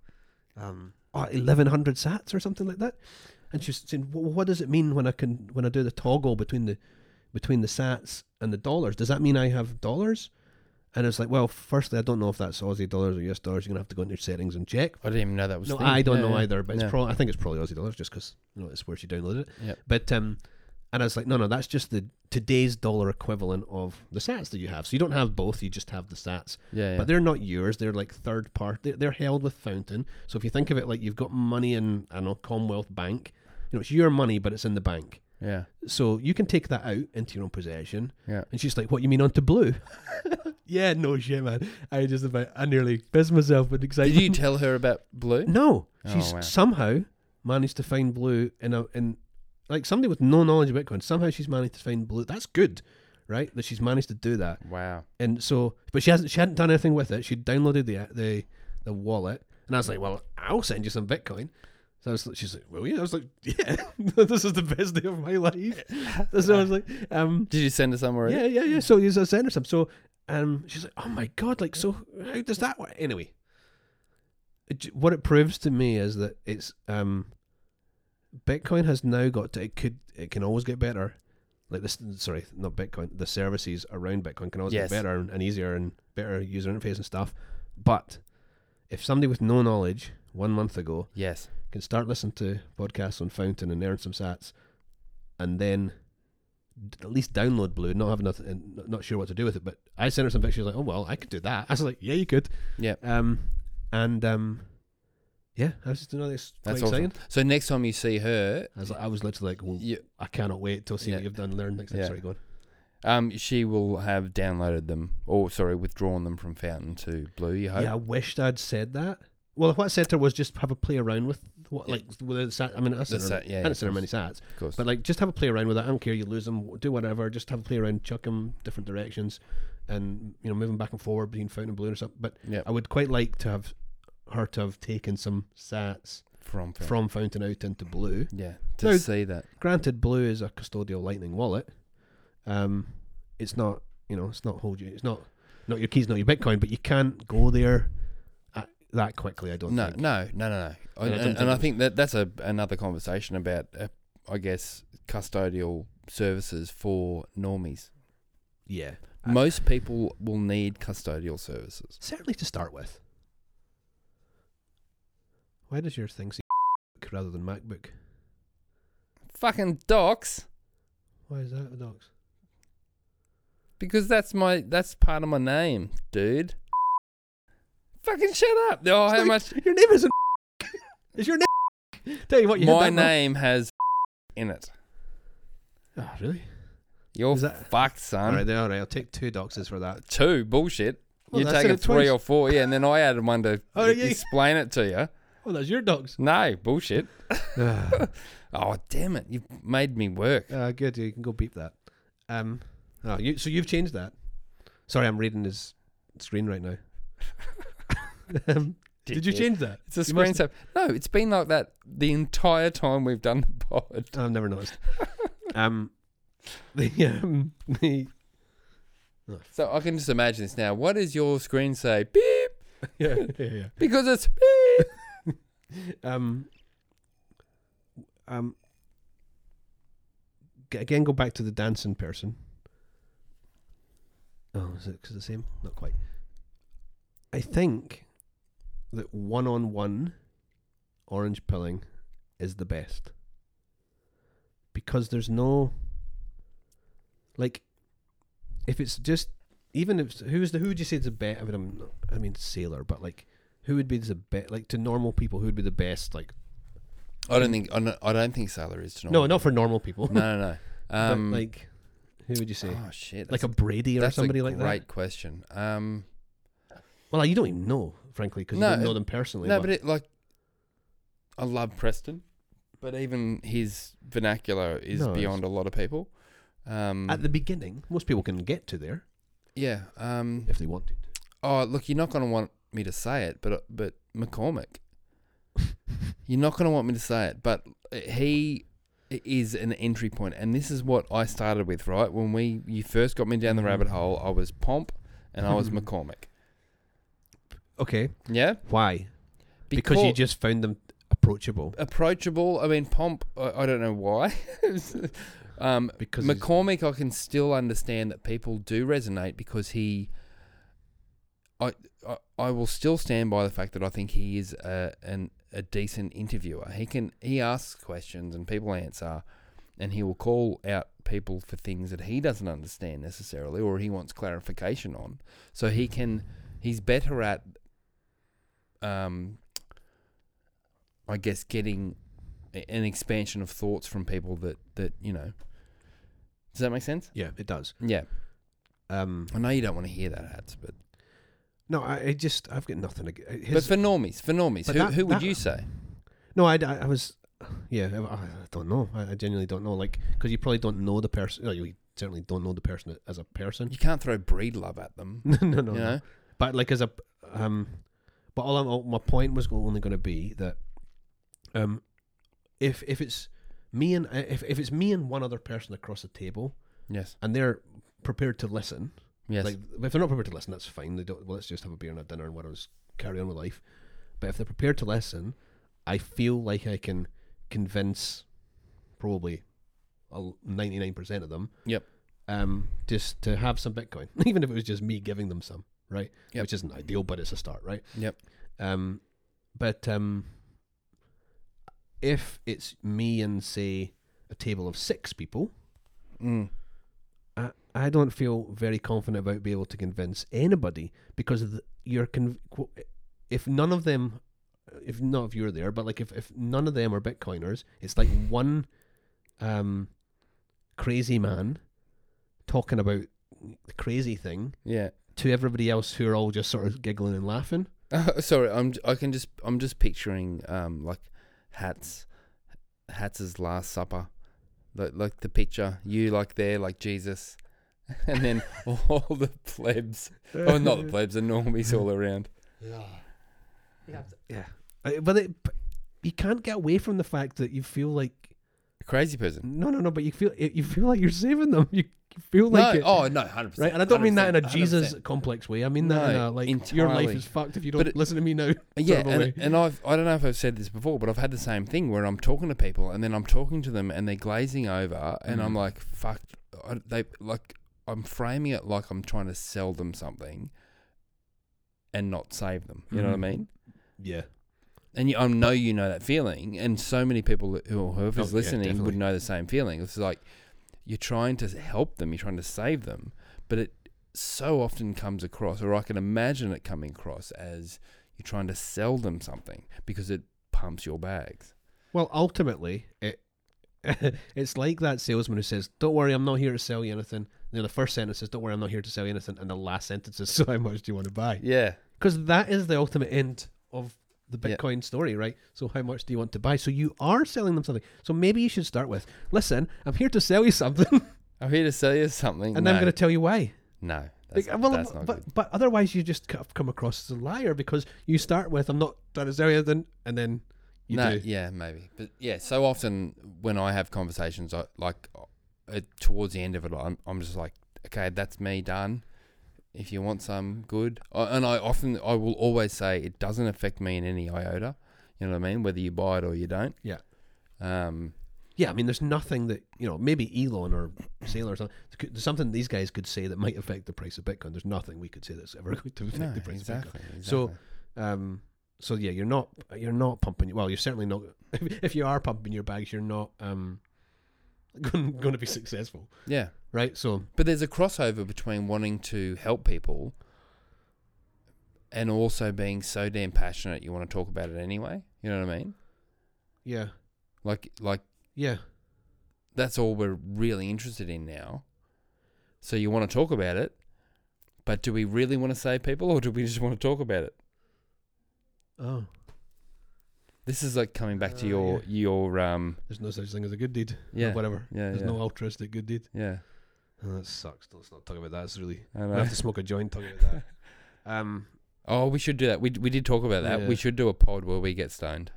Speaker 3: um, oh, eleven hundred sats or something like that." And she was saying, "Wh- "What does it mean when I can when I do the toggle between the between the sats and the dollars? Does that mean I have dollars?" And it's like, "Well, firstly, I don't know if that's Aussie dollars or US dollars. You're gonna have to go into your settings and check."
Speaker 2: I didn't even know that was.
Speaker 3: No,
Speaker 2: a thing.
Speaker 3: I don't
Speaker 2: Yeah,
Speaker 3: know
Speaker 2: yeah.
Speaker 3: either, but it's
Speaker 2: Yeah.
Speaker 3: probably I think it's probably Aussie dollars just because you know it's where she downloaded it.
Speaker 2: Yep.
Speaker 3: But um, and I was like, no, no, that's just the today's dollar equivalent of the Sats that you have. So you don't have both; you just have the Sats.
Speaker 2: Yeah, yeah.
Speaker 3: But they're not yours; they're like third part. They're, they're held with Fountain. So if you think of it like you've got money in I don't know Commonwealth Bank, you know it's your money, but it's in the bank.
Speaker 2: yeah,
Speaker 3: So you can take that out into your own possession.
Speaker 2: yeah.
Speaker 3: And she's like, "What you mean onto blue?" [LAUGHS] yeah, no shit, man. I just about I nearly pissed myself with
Speaker 2: Did
Speaker 3: excitement.
Speaker 2: you tell her about blue?
Speaker 3: [LAUGHS] No,
Speaker 2: Oh,
Speaker 3: she's
Speaker 2: wow.
Speaker 3: somehow managed to find blue in a in like somebody with no knowledge of Bitcoin. Somehow she's managed to find blue. That's good, right? That she's managed to do that.
Speaker 2: Wow.
Speaker 3: And so, but she hasn't. She hadn't done anything with it. She downloaded the the the wallet, and I was like, "Well, I'll send you some Bitcoin." So I was, she's like, "Will you?" I was like, "Yeah, [LAUGHS] this is the best day of my life." [LAUGHS] so I was like, um,
Speaker 2: Did you send her somewhere?
Speaker 3: yeah, yeah, yeah. So he's a sender some. So um, she's like, oh my god, like so, how does that work? Anyway, it j- what it proves to me is that it's um, Bitcoin has now got to it could it can always get better. Like this, sorry, not Bitcoin. The services around Bitcoin can always
Speaker 2: Yes.
Speaker 3: get better and, and easier and better user interface and stuff. But if somebody with no knowledge one month ago
Speaker 2: Yes.
Speaker 3: can start listening to podcasts on Fountain and earn some sats, and then d- at least download Blue, not having nothing, and not- not sure what to do with it. But I sent her some pictures, like, oh well, I could do that. I was like, yeah, you could.
Speaker 2: Yeah.
Speaker 3: Um, and um, yeah, I was just another quite
Speaker 2: That's
Speaker 3: exciting.
Speaker 2: awesome. So next time you see her,
Speaker 3: I was like, I was literally like, well,
Speaker 2: you,
Speaker 3: I cannot wait till see
Speaker 2: Yeah.
Speaker 3: what you've done, learn next time.
Speaker 2: Yeah.
Speaker 3: Sorry, go on.
Speaker 2: um, she will have downloaded them, or sorry, withdrawn them from Fountain to Blue. You hope.
Speaker 3: Yeah, I wished I'd said that. Well, what I said to her was just have a play around with what,
Speaker 2: Yeah.
Speaker 3: like, whether it's sat, I mean, I sent
Speaker 2: The
Speaker 3: her,
Speaker 2: sat- yeah,
Speaker 3: I
Speaker 2: yeah,
Speaker 3: didn't
Speaker 2: of
Speaker 3: send her many
Speaker 2: course.
Speaker 3: sats.
Speaker 2: Of course.
Speaker 3: But like, just have a play around with it. I don't care. You lose them, do whatever. Just have a play around, chuck them different directions, and you know, move them back and forward between fountain and blue or something. But
Speaker 2: Yep.
Speaker 3: I would quite like to have her to have taken some sats
Speaker 2: from Fountain.
Speaker 3: from fountain out into blue.
Speaker 2: yeah. To
Speaker 3: No.
Speaker 2: see that.
Speaker 3: Granted, blue is a custodial lightning wallet. Um, it's not you know, it's not hold you. It's not not your keys, not your Bitcoin, but you can't go there at, that quickly. I don't
Speaker 2: No,
Speaker 3: think.
Speaker 2: no, no, no, no.
Speaker 3: I
Speaker 2: And,
Speaker 3: don't
Speaker 2: and,
Speaker 3: think
Speaker 2: I
Speaker 3: it
Speaker 2: think that that's a another conversation about, uh, I guess, custodial services for normies.
Speaker 3: Yeah, I-
Speaker 2: Most people will need custodial services.
Speaker 3: certainly to start with. Why does your thing say [LAUGHS] rather than MacBook?
Speaker 2: Fucking docs,
Speaker 3: Why is that the dogs?
Speaker 2: because that's my that's part of my name, dude. Fucking shut up. Oh, how much?
Speaker 3: Your name isn't. [LAUGHS] is your name? [LAUGHS] Tell you what, you had
Speaker 2: My
Speaker 3: that wrong.
Speaker 2: name has [LAUGHS] in it.
Speaker 3: Ah, really?
Speaker 2: You're
Speaker 3: Is that-
Speaker 2: fucked, son.
Speaker 3: all right, then, all right. I'll take two doxes for that.
Speaker 2: Two bullshit.
Speaker 3: Well,
Speaker 2: You're
Speaker 3: I said
Speaker 2: taking
Speaker 3: it
Speaker 2: three
Speaker 3: twice.
Speaker 2: or four, yeah, and then I added one to
Speaker 3: [LAUGHS] Oh, yeah.
Speaker 2: explain it to you.
Speaker 3: Oh, that's your dogs.
Speaker 2: No bullshit.
Speaker 3: [LAUGHS] ah,
Speaker 2: Oh damn it! You made me work.
Speaker 3: ah, good. You can go beep that. Um, ah, you, so you've changed that. Sorry, I'm reading his screen right now. [LAUGHS] Um, did you
Speaker 2: Dickhead.
Speaker 3: change that?
Speaker 2: It's a
Speaker 3: You must-
Speaker 2: screensaver. No, it's been like that the entire time we've done the pod.
Speaker 3: I've never noticed. um, the um, the [LAUGHS]
Speaker 2: So I can just imagine this now. What does your screen say? Beep,
Speaker 3: yeah yeah
Speaker 2: because it's beep.
Speaker 3: yeah. Um, um, g- again, go back to the dancing person. Oh, is it 'cause the same? Not quite. I think that one on one orange pilling is the best because there's no like if it's just even if who's the who would you say is the best? I mean, I'm, not- I mean sailor, but like who would be the best? Like to normal people, who would be the best? Like
Speaker 2: I don't think I don't, I don't think Sailor is tonight.
Speaker 3: no, not for normal people.
Speaker 2: no, no, no.
Speaker 3: [LAUGHS] but,
Speaker 2: Um,
Speaker 3: like who would you say?
Speaker 2: oh shit,
Speaker 3: like
Speaker 2: that's
Speaker 3: a Brady or
Speaker 2: that's
Speaker 3: somebody
Speaker 2: a
Speaker 3: like
Speaker 2: Great
Speaker 3: that.
Speaker 2: question. Um,
Speaker 3: Well, you don't even know, frankly, because
Speaker 2: No,
Speaker 3: you don't know
Speaker 2: it-
Speaker 3: them personally.
Speaker 2: no,
Speaker 3: but,
Speaker 2: but it like I love Preston, but even his vernacular is
Speaker 3: No, it's-
Speaker 2: beyond a lot of people. Um,
Speaker 3: at the beginning, most people can get to there
Speaker 2: yeah. Um,
Speaker 3: if they wanted.
Speaker 2: Oh, look, you're not going to want me to say it, but uh, but
Speaker 3: [LAUGHS]
Speaker 2: McCormick, you're not going to want me to say it, but uh, he is an entry point, and this is what I started with, right? When we you first got me down the
Speaker 3: Mm-hmm.
Speaker 2: rabbit hole, I was Pomp, and I
Speaker 3: [LAUGHS]
Speaker 2: was McCormick.
Speaker 3: Okay,
Speaker 2: Yeah,
Speaker 3: why? Because, you just found them approachable.
Speaker 2: Uh, approachable. I mean, Pomp, I, I don't know why. [LAUGHS] um,
Speaker 3: Because he's-
Speaker 2: McCormick, I can still understand that people do resonate because he. I, I I will still stand by the fact that I think he is a an, a decent interviewer. He can he asks questions and people answer, and he will call out people for things that he doesn't understand necessarily or he wants clarification on. So he can he's better at um I guess getting a- an expansion of thoughts from people that that you know. Does that make sense?
Speaker 3: Yeah, it does.
Speaker 2: Yeah,
Speaker 3: Um,
Speaker 2: I know you don't want to hear that, Hats, but
Speaker 3: no, I, I just I've got nothing. ag- uh, His,
Speaker 2: but for normies, for normies, who,
Speaker 3: But that-
Speaker 2: who would
Speaker 3: that-
Speaker 2: you say?
Speaker 3: No, I, I, I was, yeah, I, I don't know. I, I genuinely don't know. Like, because you probably don't know the person. Like, you certainly don't know the person as a person.
Speaker 2: You can't throw breed love at them.
Speaker 3: [LAUGHS] no, no, no.
Speaker 2: you know,
Speaker 3: But like as a, um, but all, I'm, all my point was go- only going to be that, um, if if it's me and if if it's me and one other person across the table
Speaker 2: yes,
Speaker 3: and they're prepared to listen,
Speaker 2: yes,
Speaker 3: like if they're not prepared to listen, that's fine. They don't. Well, let's just have a beer and a dinner and what else carry on with life. But if they're prepared to listen, I feel like I can convince probably ninety nine percent of them.
Speaker 2: Yep.
Speaker 3: Um, just to have some Bitcoin, [LAUGHS] even if it was just me giving them some, right?
Speaker 2: Yep.
Speaker 3: Which isn't ideal, but it's a start, right?
Speaker 2: yep,
Speaker 3: Um, but um, if it's me and say a table of six people,
Speaker 2: mm.
Speaker 3: I, I don't feel very confident about being able to convince anybody because of the, you're con- qu- if none of them, if not if you're there, but like if, if none of them are Bitcoiners, it's like one um, crazy man talking about the crazy thing
Speaker 2: yeah. [LAUGHS]
Speaker 3: to everybody else who are all just sort of giggling and laughing.
Speaker 2: sorry, I'm j- I can just I'm just picturing um like Hats, Hats's Last Supper, like like the picture you like there like Jesus, [LAUGHS] and then [LAUGHS] all the plebs, [LAUGHS] oh not
Speaker 3: [LAUGHS]
Speaker 2: the plebs, the normies all around.
Speaker 3: Yeah, I- but it, but you can't get away from the fact that you feel like
Speaker 2: A crazy person.
Speaker 3: no, no, no. But you feel you feel like you're saving them. [LAUGHS] You, you feel like
Speaker 2: no,
Speaker 3: it.
Speaker 2: oh no, hundred percent.
Speaker 3: Right, and I don't mean that in a Jesus complex way. I mean that in
Speaker 2: No,
Speaker 3: a like your life
Speaker 2: entirely.
Speaker 3: is fucked if you
Speaker 2: But
Speaker 3: don't
Speaker 2: it-
Speaker 3: listen to me now. [LAUGHS] sort
Speaker 2: Yeah,
Speaker 3: of a way.
Speaker 2: and, and I've I don't know if I've said this before, but I've had the same thing where I'm talking to people and then I'm talking to them and they're glazing over, and
Speaker 3: Mm.
Speaker 2: I'm like, "Fuck," I, they like I'm framing it like I'm trying to sell them something, and not save them. You know what I
Speaker 3: Mhm.
Speaker 2: mean?
Speaker 3: yeah,
Speaker 2: And you, I know you know that feeling, and so many people that- who whoever's
Speaker 3: Oh, yeah,
Speaker 2: listening
Speaker 3: definitely.
Speaker 2: would know the same feeling. It's like you're trying to help them, you're trying to save them, but it so often comes across, or I can imagine it coming across as you're trying to sell them something because it pumps your bags.
Speaker 3: Well, ultimately, it [LAUGHS] it's like that salesman who says, "Don't worry, I'm not here to sell you anything." Then the first sentence is, "Don't worry, I'm not here to sell you anything," and the last sentence is, [LAUGHS] "So how much do you want to buy?"
Speaker 2: Yeah,
Speaker 3: Because that is the ultimate end of the
Speaker 2: Yeah.
Speaker 3: Bitcoin story, right? So how much do you want to buy? So you are selling them something. So maybe you should start with, "Listen, I'm here to sell you something, [LAUGHS]
Speaker 2: I'm here to sell you something,
Speaker 3: and
Speaker 2: no,
Speaker 3: I'm going to tell you why."
Speaker 2: no, That's,
Speaker 3: Like, well,
Speaker 2: that's not
Speaker 3: but,
Speaker 2: good.
Speaker 3: but otherwise you just c- come across as a liar because you start with "I'm not done as anything," and then you
Speaker 2: no,
Speaker 3: do.
Speaker 2: yeah, maybe. But yeah, so often when I have conversations, I, like uh, towards the end of it, I'm, I'm just like, okay, that's me done. If you want some, good. I, and I often, I will always say, it doesn't affect me in any iota. You know what I mean? Whether you buy it or you don't.
Speaker 3: Yeah.
Speaker 2: Um,
Speaker 3: Yeah, I mean, there's nothing that you know. Maybe Elon or Sailor or something. There's something these guys could say that might affect the price of Bitcoin. There's nothing we could say that's ever [LAUGHS] going to affect
Speaker 2: no,
Speaker 3: the price of Bitcoin.
Speaker 2: exactly, exactly.
Speaker 3: So, Um, so yeah, you're not you're not pumping. Well, you're certainly not. [LAUGHS] If you are pumping your bags, you're not um, [LAUGHS] going, going to be successful,
Speaker 2: yeah.
Speaker 3: right? So
Speaker 2: But there's a crossover between wanting to help people and also being so damn passionate you want to talk about it anyway. You know what I mean?
Speaker 3: yeah,
Speaker 2: Like, like
Speaker 3: yeah,
Speaker 2: that's all we're really interested in now. So you want to talk about it, but do we really want to save people or do we just want to talk about it?
Speaker 3: oh,
Speaker 2: This is like coming back to
Speaker 3: Uh,
Speaker 2: your your um
Speaker 3: there's no such thing as a good deed.
Speaker 2: Yeah.
Speaker 3: or whatever.
Speaker 2: Yeah,
Speaker 3: there's
Speaker 2: yeah.
Speaker 3: no altruistic good deed.
Speaker 2: yeah.
Speaker 3: Oh, [LAUGHS] that sucks. Let's not talk about that. It's really.
Speaker 2: I
Speaker 3: I
Speaker 2: know.
Speaker 3: have to smoke a joint talking [LAUGHS] about that. Um,
Speaker 2: Oh, we should do that. We we did talk about that.
Speaker 3: Yeah.
Speaker 2: We should do a pod where we get stoned.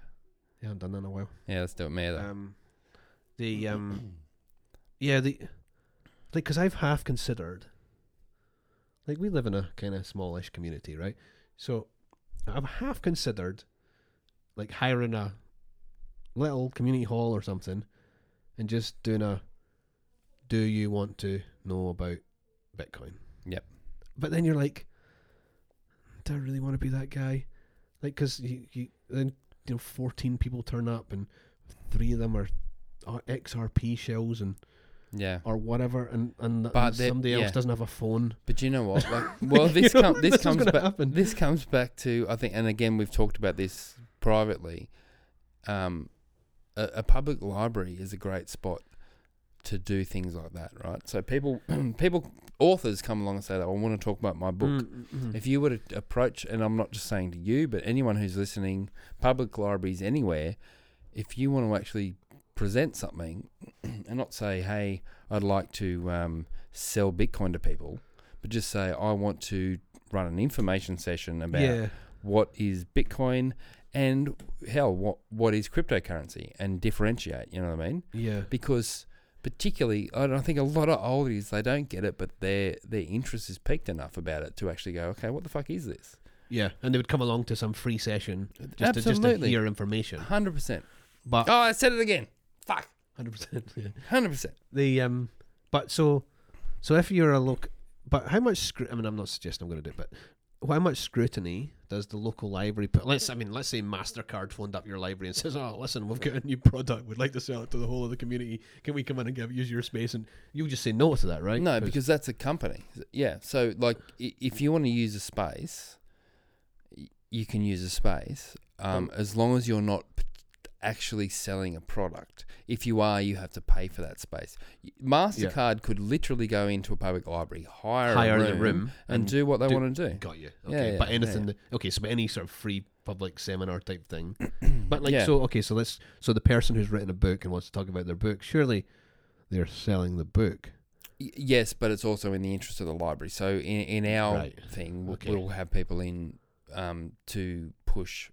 Speaker 3: yeah, I haven't done that in a while.
Speaker 2: Yeah, let's do it, me though.
Speaker 3: Um, the um. Yeah, the like because I've half considered, like we live in a kind of smallish community, right? So I've half considered, like hiring a little community hall or something, and just doing a, do you want to know about Bitcoin?
Speaker 2: Yep.
Speaker 3: But then you're like, do I really want to be that guy? Like, because you, you then you know fourteen people turn up and three of them are, uh, are XRP shells and
Speaker 2: yeah.
Speaker 3: or whatever, and and,
Speaker 2: But
Speaker 3: and
Speaker 2: they-
Speaker 3: somebody else
Speaker 2: yeah.
Speaker 3: doesn't have a phone.
Speaker 2: But you know what? Like, well,
Speaker 3: [LAUGHS] You
Speaker 2: this
Speaker 3: know,
Speaker 2: com- this
Speaker 3: this is
Speaker 2: comes
Speaker 3: gonna
Speaker 2: back.
Speaker 3: happen.
Speaker 2: This comes back to I think, and again, we've talked about this privately. Um, a, a public library is a great spot to do things like that, right? So people, [CLEARS THROAT] people, authors come along and say that I want to talk about my book.
Speaker 3: Mm, Hmm.
Speaker 2: If you were to approach, and I'm not just saying to you, but anyone who's listening, public libraries anywhere, if you want to actually present something [CLEARS THROAT] and not say, hey, I'd like to um, sell Bitcoin to people, but just say, I want to run an information session about
Speaker 3: yeah,
Speaker 2: what is Bitcoin and hell, what, what is cryptocurrency and differentiate, you know what I mean?
Speaker 3: yeah,
Speaker 2: because particularly I don't think a lot of oldies they don't get it, but their their interest is piqued enough about it to actually go, okay, what the fuck is this?
Speaker 3: yeah, and they would come along to some free session just to, just to
Speaker 2: Absolutely.
Speaker 3: hear information.
Speaker 2: Hundred percent.
Speaker 3: But
Speaker 2: Oh, I said it again. Fuck.
Speaker 3: hundred percent, yeah.
Speaker 2: Hundred percent.
Speaker 3: the um, but so so if you're a look, but how much? Scru- I mean, I'm not suggesting I'm going to do it, but how much scrutiny does the local library put? Let's, I mean, let's say Mastercard phoned up your library and says, "Oh, listen, we've got a new product. We'd like to sell it to the whole of the community. Can we come in and give use your space?" And you'll just say no to that, right?
Speaker 2: No, because that's a company. Yeah. So like, i- if you want to use a space, y- you can use a space, um, as long as you're not p- actually selling a product. If you are, you have to pay for that space. Y- Mastercard could literally go into a public library, hire, a
Speaker 3: Hire the
Speaker 2: room,
Speaker 3: room
Speaker 2: and,
Speaker 3: and
Speaker 2: do what they
Speaker 3: do-
Speaker 2: want to do.
Speaker 3: Got you.
Speaker 2: Yeah,
Speaker 3: Okay,
Speaker 2: yeah,
Speaker 3: but
Speaker 2: yeah,
Speaker 3: anything.
Speaker 2: yeah.
Speaker 3: That, okay, so but any sort of free public seminar
Speaker 2: [CLEARS THROAT]
Speaker 3: type thing. but like
Speaker 2: Yeah.
Speaker 3: so, okay, so let's so the person who's written a book and wants to talk about their book, surely they're selling the book.
Speaker 2: Y- Yes, but it's also in the interest of the library. So in, in our
Speaker 3: Right.
Speaker 2: thing, we'll,
Speaker 3: Okay.
Speaker 2: we'll have people in um, to push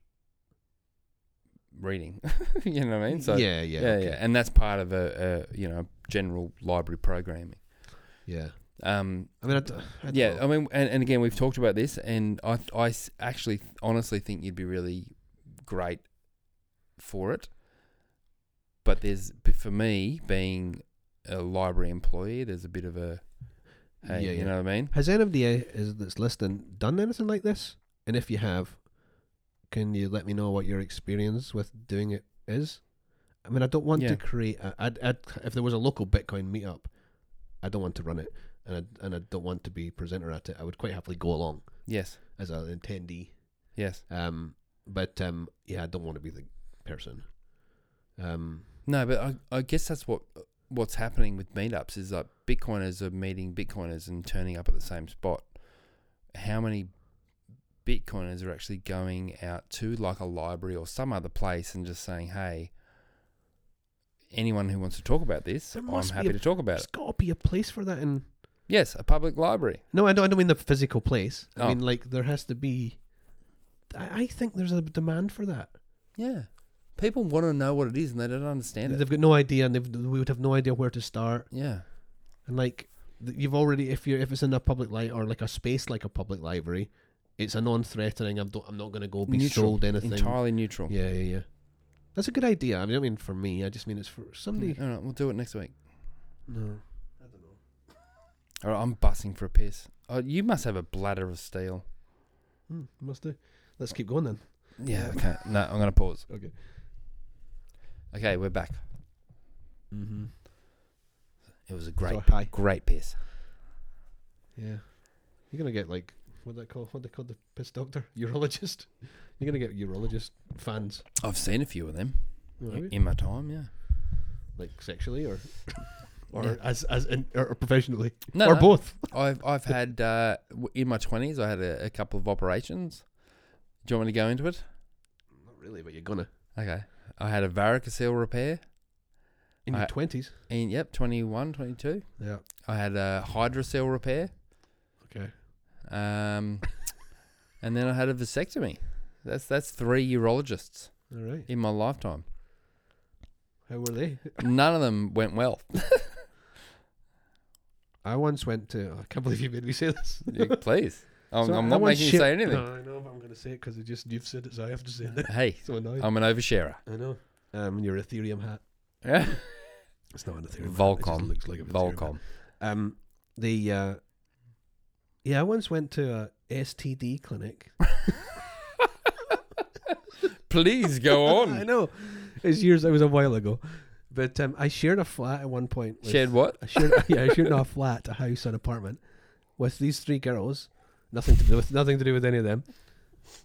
Speaker 2: reading. [LAUGHS] you know what I mean? So
Speaker 3: yeah, yeah,
Speaker 2: yeah,
Speaker 3: yeah, okay.
Speaker 2: yeah. and that's part of a, a you know general library programming.
Speaker 3: yeah.
Speaker 2: Um,
Speaker 3: I mean, I d- I don't
Speaker 2: yeah, um,
Speaker 3: know.
Speaker 2: I mean, and, and again, we've talked about this, and I, I s- actually honestly think you'd be really great for it. But there's, but for me, being a library employee, there's a bit of a, hey,
Speaker 3: Yeah,
Speaker 2: you
Speaker 3: yeah.
Speaker 2: know what I mean?
Speaker 3: Has NMDA is that's listening done anything like this? And if you have, can you let me know what your experience with doing it is? I mean, I don't want
Speaker 2: Yeah.
Speaker 3: to create. A, I'd, I'd, if there was a local Bitcoin meetup, I don't want to run it, and I, and I don't want to be presenter at it. I would quite happily go along
Speaker 2: Yes,
Speaker 3: as an attendee.
Speaker 2: yes.
Speaker 3: Um, but um, yeah, I don't want to be the person. Um,
Speaker 2: No, but I, I guess that's what what's happening with meetups is like Bitcoiners are meeting Bitcoiners and turning up at the same spot. How many Bitcoiners are actually going out to like a library or some other place and just saying, "Hey, anyone who wants to talk about this,
Speaker 3: There
Speaker 2: I'm
Speaker 3: must be
Speaker 2: happy
Speaker 3: a-
Speaker 2: to talk about
Speaker 3: there's
Speaker 2: it."
Speaker 3: got to be a place for that in
Speaker 2: Yes, a public library.
Speaker 3: No, I don't. I don't mean the physical place. I
Speaker 2: Oh.
Speaker 3: mean like there has to be. I, I think there's a demand for that.
Speaker 2: Yeah. People want to know what it is and they don't understand it.
Speaker 3: They've got no idea, and they've, we would have no idea where to start.
Speaker 2: Yeah.
Speaker 3: And like th- you've already, if you're if it's in a public light or like a space like a public library, it's a non-threatening. I'm don't, I'm not going to go be sold anything.
Speaker 2: Entirely neutral.
Speaker 3: Yeah, yeah, yeah. That's a good idea. I, mean, I don't mean for me. I just mean it's for somebody.
Speaker 2: All right, we'll do it next week.
Speaker 3: No.
Speaker 2: All right, I'm bussing for a piss. Oh, you must have a bladder of steel.
Speaker 3: Hmm, must do. Let's keep going then.
Speaker 2: Yeah, okay. No, I'm going to pause.
Speaker 3: Okay.
Speaker 2: Okay, we're back.
Speaker 3: Mm-hmm.
Speaker 2: It was a great,
Speaker 3: So high.
Speaker 2: great piss.
Speaker 3: Yeah. You're gonna get like what do they call what do they call the piss doctor? [LAUGHS] Urologist. You're gonna get urologist fans.
Speaker 2: I've seen a few of them
Speaker 3: Well, have you?
Speaker 2: in my time, yeah.
Speaker 3: Like
Speaker 2: [LAUGHS]
Speaker 3: sexually or or
Speaker 2: Yeah.
Speaker 3: as as in, or or professionally.
Speaker 2: No,
Speaker 3: or
Speaker 2: no.
Speaker 3: both. [LAUGHS]
Speaker 2: I've, I've had, uh, w- in my 20s, I had a, a couple of operations. Do you want me to go into it?
Speaker 3: Not really, but you're gonna.
Speaker 2: Okay. I had a varicocele repair
Speaker 3: In your
Speaker 2: I-
Speaker 3: twenties.
Speaker 2: in, yep, 21, 22.
Speaker 3: Yeah.
Speaker 2: I had a hydrocele repair.
Speaker 3: Okay.
Speaker 2: Um, [LAUGHS] and then I had a vasectomy. That's that's three urologists
Speaker 3: All right.
Speaker 2: in my lifetime.
Speaker 3: How were they?
Speaker 2: None of them went well.
Speaker 3: I once went to. I can't believe you made me say this. [LAUGHS]
Speaker 2: Yeah, Please, I'm,
Speaker 3: So
Speaker 2: I'm
Speaker 3: I
Speaker 2: not
Speaker 3: once
Speaker 2: making you
Speaker 3: shit-
Speaker 2: say anything.
Speaker 3: No, I know, but I'm going to say it because just you've said it, so I have to say it. [LAUGHS]
Speaker 2: Hey,
Speaker 3: So annoying.
Speaker 2: I'm an oversharer.
Speaker 3: I know. Um, your Ethereum hat.
Speaker 2: Yeah,
Speaker 3: It's not an Ethereum. hat, it just
Speaker 2: Volcom.
Speaker 3: looks like a Ethereum hat.
Speaker 2: Volcom.
Speaker 3: Um, the uh, yeah, I once went to a STD clinic. [LAUGHS]
Speaker 2: Please [LAUGHS] go
Speaker 3: I
Speaker 2: on.
Speaker 3: know. It's years. It was a while ago, but um, I shared a flat at one point. With,
Speaker 2: Shared what?
Speaker 3: I shared. [LAUGHS] yeah, I shared a flat, a house, an apartment with these three girls. Nothing to do with nothing to do with any of them.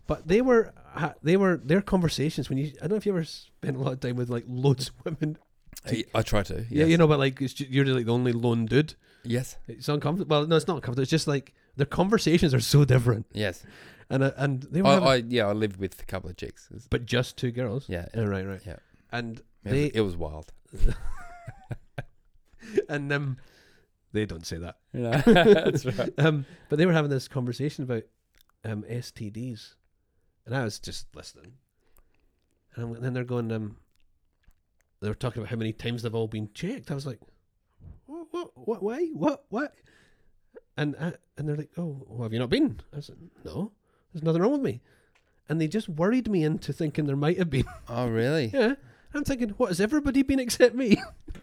Speaker 3: But they were ha- they were their conversations when you I don't know if you ever spent a lot of time with like loads of women.
Speaker 2: I, I try to. Yes.
Speaker 3: Yeah, you know, but like it's ju- you're like the only lone dude.
Speaker 2: Yes.
Speaker 3: It's uncomfortable. Well, no, it's not uncomfortable. It's just like their conversations are so different,
Speaker 2: Yes.
Speaker 3: and uh, and they were
Speaker 2: I,
Speaker 3: having-
Speaker 2: I yeah I lived with a couple of chicks. It's-
Speaker 3: but just two girls.
Speaker 2: Yeah.
Speaker 3: Oh, right, right.
Speaker 2: Yeah.
Speaker 3: And
Speaker 2: It,
Speaker 3: they
Speaker 2: was, it was wild.
Speaker 3: and um, they don't say that.
Speaker 2: You know? [LAUGHS] That's right.
Speaker 3: Um, but they were having this conversation about um STDs, and I was just listening. And I'm- then they're going um, they were talking about how many times they've all been checked. I was like, what, what, what, why, what, what? And I, and they're like, oh, well, have you not been? I was like, no, there's nothing wrong with me. And they just worried me into thinking there might have been.
Speaker 2: Oh really?
Speaker 3: Yeah. I'm thinking, what has everybody been except me?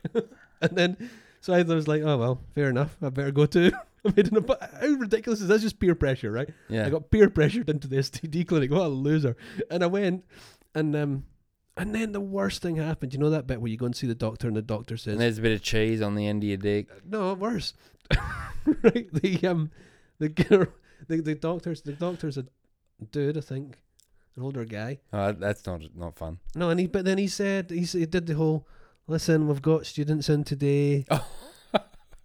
Speaker 3: [LAUGHS] and then, so I was like, oh, well, fair enough. I better go [LAUGHS] too. I made an app- How ridiculous is that? That's just peer pressure, right?
Speaker 2: Yeah.
Speaker 3: I got peer pressured into the STD [LAUGHS] clinic. What a loser. And I went, and um, and then the worst thing happened. You know that bit where you go and see the doctor, and the doctor says,
Speaker 2: and there's a bit of cheese on the end of your dick.
Speaker 3: no, worse. [LAUGHS] right? The um, the girl, the the doctor's the doctor's a dude, I think, an older guy,
Speaker 2: Oh, that's not not fun.
Speaker 3: no, and he but then he said he, s- he did the whole listen. We've got students
Speaker 2: [LAUGHS]
Speaker 3: in today.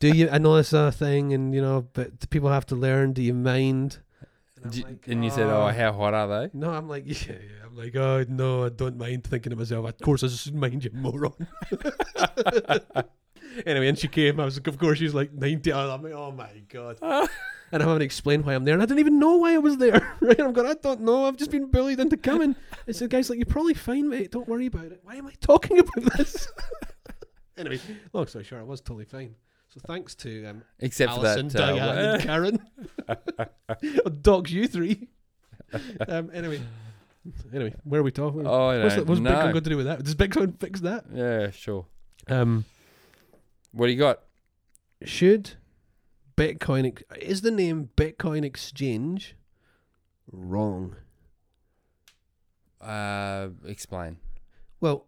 Speaker 3: do you? I know it's a thing, and you know, but the people have to learn. Do you mind? I'm
Speaker 2: Do-
Speaker 3: like,
Speaker 2: and you said, "Oh,
Speaker 3: "Ah."
Speaker 2: how hot are they?"
Speaker 3: No, I'm like, [LAUGHS] yeah, yeah. I'm like, oh no, I don't mind thinking to myself. Of course, I just mind you, moron. [LAUGHS] anyway, and she came. I was like, of course, she's like 90. I'm like, oh my god. and I'm having to explain why I'm there, and I didn't even know why I was there. [LAUGHS] Right? I'm going, I don't know. I've just been bullied into coming. And so the guy's like, you're probably fine, mate. Don't worry about it. Why am I talking about this? [LAUGHS] anyway, long story short, I was totally fine. So thanks to um,
Speaker 2: Except
Speaker 3: Alison,
Speaker 2: for that. Uh,
Speaker 3: Diane,
Speaker 2: wha-
Speaker 3: and Karen.
Speaker 2: [LAUGHS]
Speaker 3: I'll dox you three. Um, anyway, anyway, where are we
Speaker 2: [LAUGHS]
Speaker 3: talking?
Speaker 2: oh, I
Speaker 3: what's
Speaker 2: don't
Speaker 3: that- what's Bitcoin
Speaker 2: know.
Speaker 3: got to do with that? Does Bitcoin fix that?
Speaker 2: Yeah, sure.
Speaker 3: Um,
Speaker 2: What do you got?
Speaker 3: should Bitcoin ex- is the name Bitcoin Exchange wrong?
Speaker 2: Uh, explain.
Speaker 3: Well,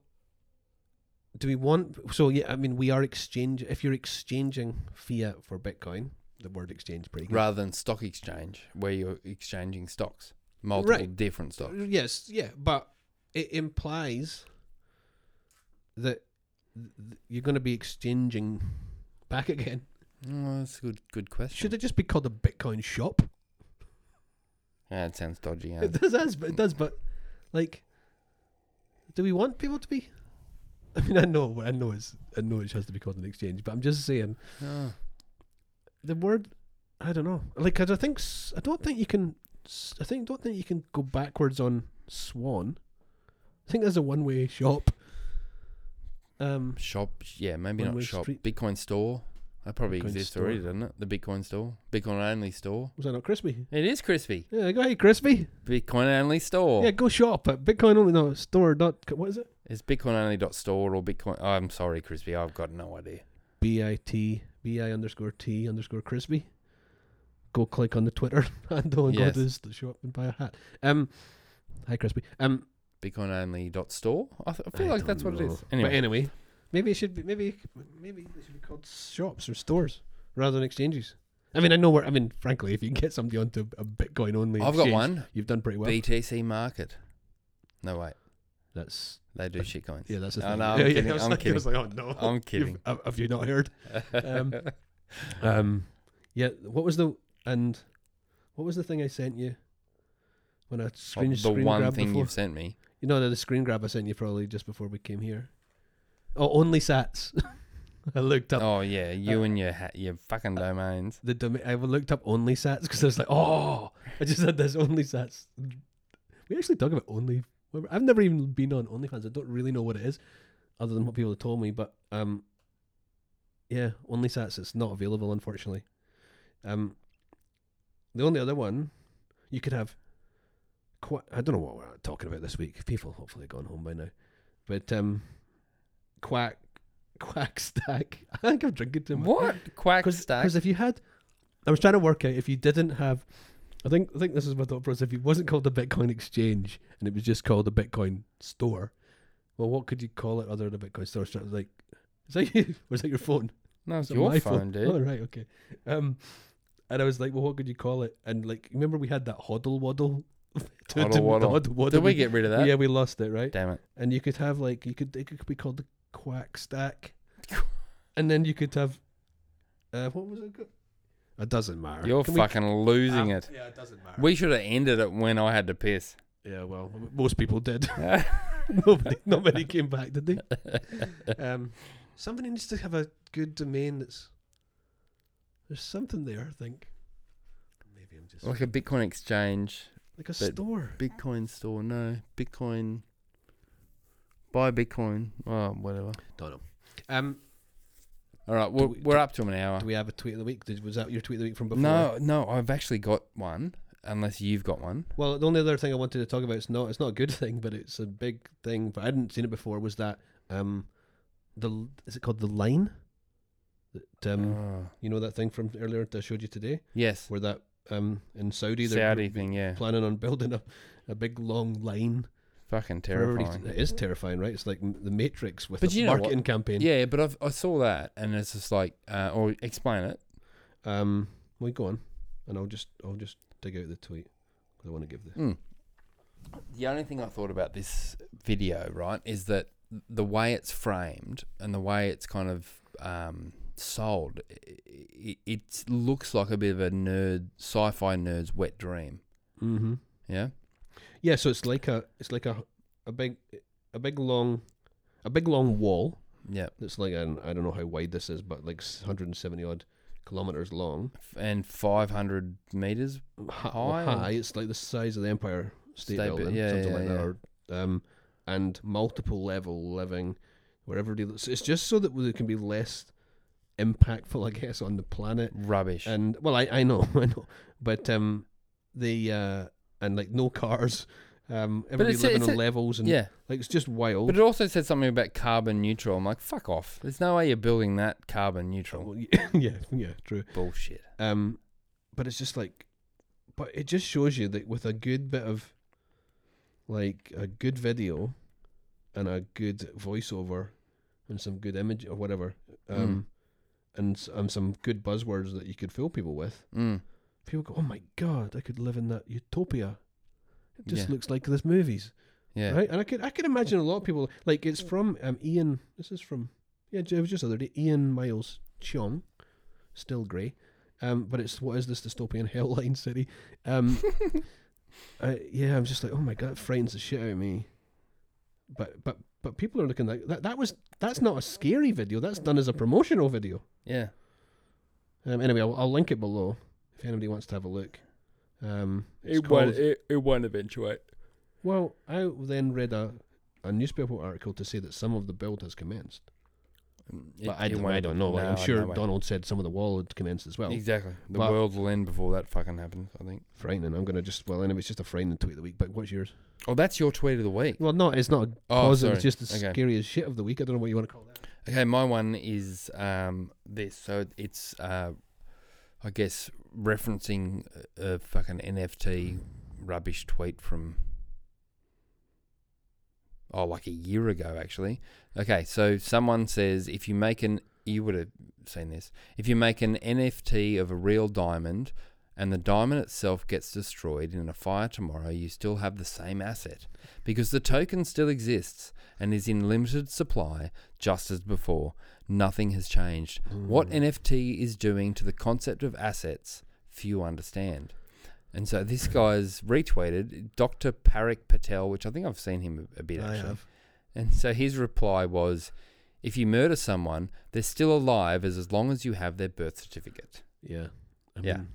Speaker 3: do we want? So yeah, I mean, we are exchange. If you're exchanging fiat for Bitcoin, the word exchange is pretty good.
Speaker 2: Rather than stock exchange, where you're exchanging stocks, multiple
Speaker 3: Right.
Speaker 2: different stocks.
Speaker 3: Yes, yeah, but it implies that th- th- you're going to be exchanging back again.
Speaker 2: Oh, that's a good good question.
Speaker 3: Should it just be called a Bitcoin shop?
Speaker 2: yeah, it sounds
Speaker 3: [LAUGHS]
Speaker 2: dodgy. huh?
Speaker 3: It does, that's- but it does, but like, do we want people to be?
Speaker 2: Ah,
Speaker 3: I mean, I know, I know, it's, I know, it has to be called an exchange, but I'm just saying,
Speaker 2: Oh.
Speaker 3: the word I don't know. Like 'cause I think s- I don't think you can. s- I think don't think you can go backwards on Swan. I think there's a one way shop. Um,
Speaker 2: Shop, yeah, maybe not
Speaker 3: One-way
Speaker 2: shop.
Speaker 3: street.
Speaker 2: Bitcoin store. That probably
Speaker 3: Bitcoin
Speaker 2: exists
Speaker 3: store.
Speaker 2: already, doesn't it? The Bitcoin store. Bitcoin only store.
Speaker 3: was that not crispy?
Speaker 2: It is crispy.
Speaker 3: Yeah, go ahead, crispy.
Speaker 2: Bitcoin only store.
Speaker 3: Yeah, go shop at Bitcoin only no store dot co- what is it?
Speaker 2: It's Bitcoin only store or Bitcoin. oh, I'm sorry, crispy. I've got no idea.
Speaker 3: B I T B I underscore T underscore crispy. Go click on the Twitter [LAUGHS] handle and
Speaker 2: Yes.
Speaker 3: go to this shop and buy a hat. Um, hi crispy. Um,
Speaker 2: Bitcoin only store. I, th- I feel
Speaker 3: I
Speaker 2: like that's
Speaker 3: don't
Speaker 2: what it
Speaker 3: know.
Speaker 2: is. Anyway,
Speaker 3: But anyway, maybe it should be maybe maybe they should be called shops or stores rather than exchanges. I mean, I know where. I mean, frankly, if you can get somebody onto a Bitcoin only,
Speaker 2: I've got
Speaker 3: exchange,
Speaker 2: one.
Speaker 3: You've done pretty well.
Speaker 2: BTC market. No wait,
Speaker 3: That's
Speaker 2: they do shit coins.
Speaker 3: yeah, that's the
Speaker 2: Oh,
Speaker 3: thing.
Speaker 2: no, I'm
Speaker 3: [LAUGHS] yeah, yeah,
Speaker 2: kidding,
Speaker 3: I was
Speaker 2: I'm
Speaker 3: like, I
Speaker 2: kidding.
Speaker 3: was like, oh no,
Speaker 2: I'm kidding.
Speaker 3: You've- have- have you not heard?
Speaker 2: [LAUGHS]
Speaker 3: Um, um, yeah. What was the and what was the thing I sent you when I
Speaker 2: Well,
Speaker 3: screen
Speaker 2: Oh, the
Speaker 3: screen
Speaker 2: one
Speaker 3: grabbed
Speaker 2: thing
Speaker 3: before?
Speaker 2: you've sent me.
Speaker 3: You know the screen grab I sent you probably just before we came here. Oh, only Sats. [LAUGHS] I looked up
Speaker 2: Oh yeah,
Speaker 3: Uh,
Speaker 2: you and your ha- your fucking domains.
Speaker 3: the domain. I looked up only Sats because I was like, oh, I just had this only Sats. We actually talk about only. I've never even been on OnlyFans. I don't really know what it is, other than what people have told me. But um, yeah, only Sats. It's not available, unfortunately. Um, the only other one you could have. Qui- I don't know what we're talking about this week. People hopefully have gone home by now, but um, quack, quack stack. [LAUGHS] I think I'm drinking too much.
Speaker 2: What quack stack?
Speaker 3: Because if you had, I was trying to work out if you didn't have, I think I think this is my thought process. If it wasn't called the Bitcoin Exchange and it was just called the Bitcoin Store, well, what could you call it other than the Bitcoin Store? So, like, is that you? [LAUGHS] Was that your phone?
Speaker 2: No, it's
Speaker 3: Is it
Speaker 2: your
Speaker 3: my
Speaker 2: phone, dude.
Speaker 3: Oh right, okay. Um, and I was like, well, what could you call it? And like, remember we had that hodl waddle. [LAUGHS] To-
Speaker 2: Huddle
Speaker 3: to-
Speaker 2: waddle.
Speaker 3: huddle waddle.
Speaker 2: Did we get rid of that?
Speaker 3: Yeah, we lost it, right?
Speaker 2: Damn it.
Speaker 3: and you could have like you could it could be called the
Speaker 2: [LAUGHS]
Speaker 3: quack stack, and then you could have, uh, what was it? called? It doesn't matter.
Speaker 2: You're
Speaker 3: Can we-
Speaker 2: fucking losing
Speaker 3: Ah,
Speaker 2: it.
Speaker 3: Yeah, it doesn't matter.
Speaker 2: We should have ended it when I had to piss.
Speaker 3: yeah, well, m- most
Speaker 2: [LAUGHS]
Speaker 3: people did. [LAUGHS] nobody, nobody came back, did they? Um, somebody needs to have a good domain. That's there's something there. I think. Maybe I'm just
Speaker 2: Like a Bitcoin exchange,
Speaker 3: like a store.
Speaker 2: Bitcoin store. No, Bitcoin. Buy Bitcoin. Oh, whatever.
Speaker 3: Don't know. Um,
Speaker 2: All right, we're,
Speaker 3: we-
Speaker 2: we're up to an hour.
Speaker 3: do we have a tweet of the week? Did, was that your tweet of the week from before?
Speaker 2: No, no, I've actually got one. Unless you've got one.
Speaker 3: Well, the only other thing I wanted to talk about is not it's not a good [LAUGHS] thing, but it's a big thing. But I hadn't seen it before. Was that um, the is it called the line? That um,
Speaker 2: Oh.
Speaker 3: you know that thing from earlier that I showed you today,
Speaker 2: Yes,
Speaker 3: where that um in Saudi they're
Speaker 2: Saudi thing. Yeah,
Speaker 3: planning on building a, a big long line.
Speaker 2: fucking
Speaker 3: for everybody to-
Speaker 2: terrifying.
Speaker 3: It is terrifying, right? It's like m- the Matrix with
Speaker 2: But
Speaker 3: a
Speaker 2: you know what?
Speaker 3: marketing campaign.
Speaker 2: Yeah, but I've, I saw that and it's just like, uh, or explain it.
Speaker 3: Um, we go on, and I'll just I'll just dig out the tweet because I want to give the
Speaker 2: Hmm. The only thing I thought about this video, right, is that the way it's framed and the way it's kind of um, sold, it, it looks like a bit of a nerd, sci-fi nerd's wet dream.
Speaker 3: Mm-hmm.
Speaker 2: Yeah,
Speaker 3: Yeah, so it's like a it's like a a big a big long a big long wall
Speaker 2: yeah,
Speaker 3: that's like I don't, I don't know how wide this is, but like 170 odd kilometers long.
Speaker 2: F- and five hundred meters.
Speaker 3: Hi-
Speaker 2: High or-
Speaker 3: high, it's like the size of the Empire State
Speaker 2: State Bu-
Speaker 3: Building,
Speaker 2: yeah,
Speaker 3: something
Speaker 2: yeah,
Speaker 3: like that, or, um, and multiple level living where everybody. lives. It's just so that it can be less impactful, I guess, on the planet.
Speaker 2: Rubbish.
Speaker 3: And well, I, I know, [LAUGHS] I know, but um, the uh, and like no cars, um, everybody
Speaker 2: it's a-
Speaker 3: living
Speaker 2: it's
Speaker 3: on
Speaker 2: a-
Speaker 3: levels and
Speaker 2: yeah,
Speaker 3: Like it's just wild.
Speaker 2: but it also said something about carbon neutral. I'm like, fuck off. There's no way you're building that carbon neutral.
Speaker 3: Well, yeah, [LAUGHS] yeah, yeah, true.
Speaker 2: Bullshit.
Speaker 3: Um, but it's just like, but it just shows you that with a good bit of, like a good video, and a good voiceover, and some good image or whatever, um, and s- um, some good buzzwords that you could fool people with.
Speaker 2: Mm.
Speaker 3: People go, oh my god, I could live in that utopia. It just
Speaker 2: Yeah.
Speaker 3: looks like those movies.
Speaker 2: Yeah.
Speaker 3: right? And I could I could imagine a lot of people like it's from um, Ian. This is from yeah, it was just the other day. Ian Miles Chong, still grey, um, but it's what is this dystopian [LAUGHS] hellline city? Um, I, yeah, I'm just like oh my god, it frightens the shit out of me. But but but people are looking like that. That was that's not a scary video. That's done as a promotional video.
Speaker 2: Yeah.
Speaker 3: Um, anyway, I'll, I'll link it below if anybody wants to have a look. Um, it's
Speaker 2: It won't,
Speaker 3: called-
Speaker 2: it, it won't eventuate.
Speaker 3: well, I then read a, a newspaper article to say that some of the build has commenced.
Speaker 2: Mm, It-
Speaker 3: but I
Speaker 2: it
Speaker 3: don't,
Speaker 2: won't-
Speaker 3: I don't know. Like,
Speaker 2: no,
Speaker 3: I'm
Speaker 2: I
Speaker 3: sure
Speaker 2: know it-
Speaker 3: Donald said some of the wall had commenced as well.
Speaker 2: Exactly. The
Speaker 3: But-
Speaker 2: world will end before that fucking happens, I think.
Speaker 3: Frightening. I'm going to just, well, anyway, it's just a frightening tweet of the week, but what's yours?
Speaker 2: Oh, that's your tweet of the week.
Speaker 3: Well, no, it's not a
Speaker 2: Oh,
Speaker 3: positive. It's
Speaker 2: sorry.
Speaker 3: just the
Speaker 2: Okay.
Speaker 3: scariest shit of the week. I don't know what you want to call that.
Speaker 2: Okay, my one is um, this. So it's, uh, I guess, referencing a, a fucking NFT rubbish tweet from, oh, like a year ago, actually. Okay, so someone says if you make an, you would have seen this, if you make an NFT of a real diamond and the diamond itself gets destroyed in a fire tomorrow, you still have the same asset because the token still exists and is in limited supply just as before. Nothing has changed. Mm.
Speaker 3: Mm.
Speaker 2: What NFT is doing to the concept of assets, few understand. And so this guy's retweeted Dr. Parik Patel, which I think I've seen him a, a bit
Speaker 3: I
Speaker 2: actually.
Speaker 3: have.
Speaker 2: And so his reply was if you murder someone, they're still alive as, as long as you have their birth certificate.
Speaker 3: Yeah. I
Speaker 2: Yeah.
Speaker 3: mean,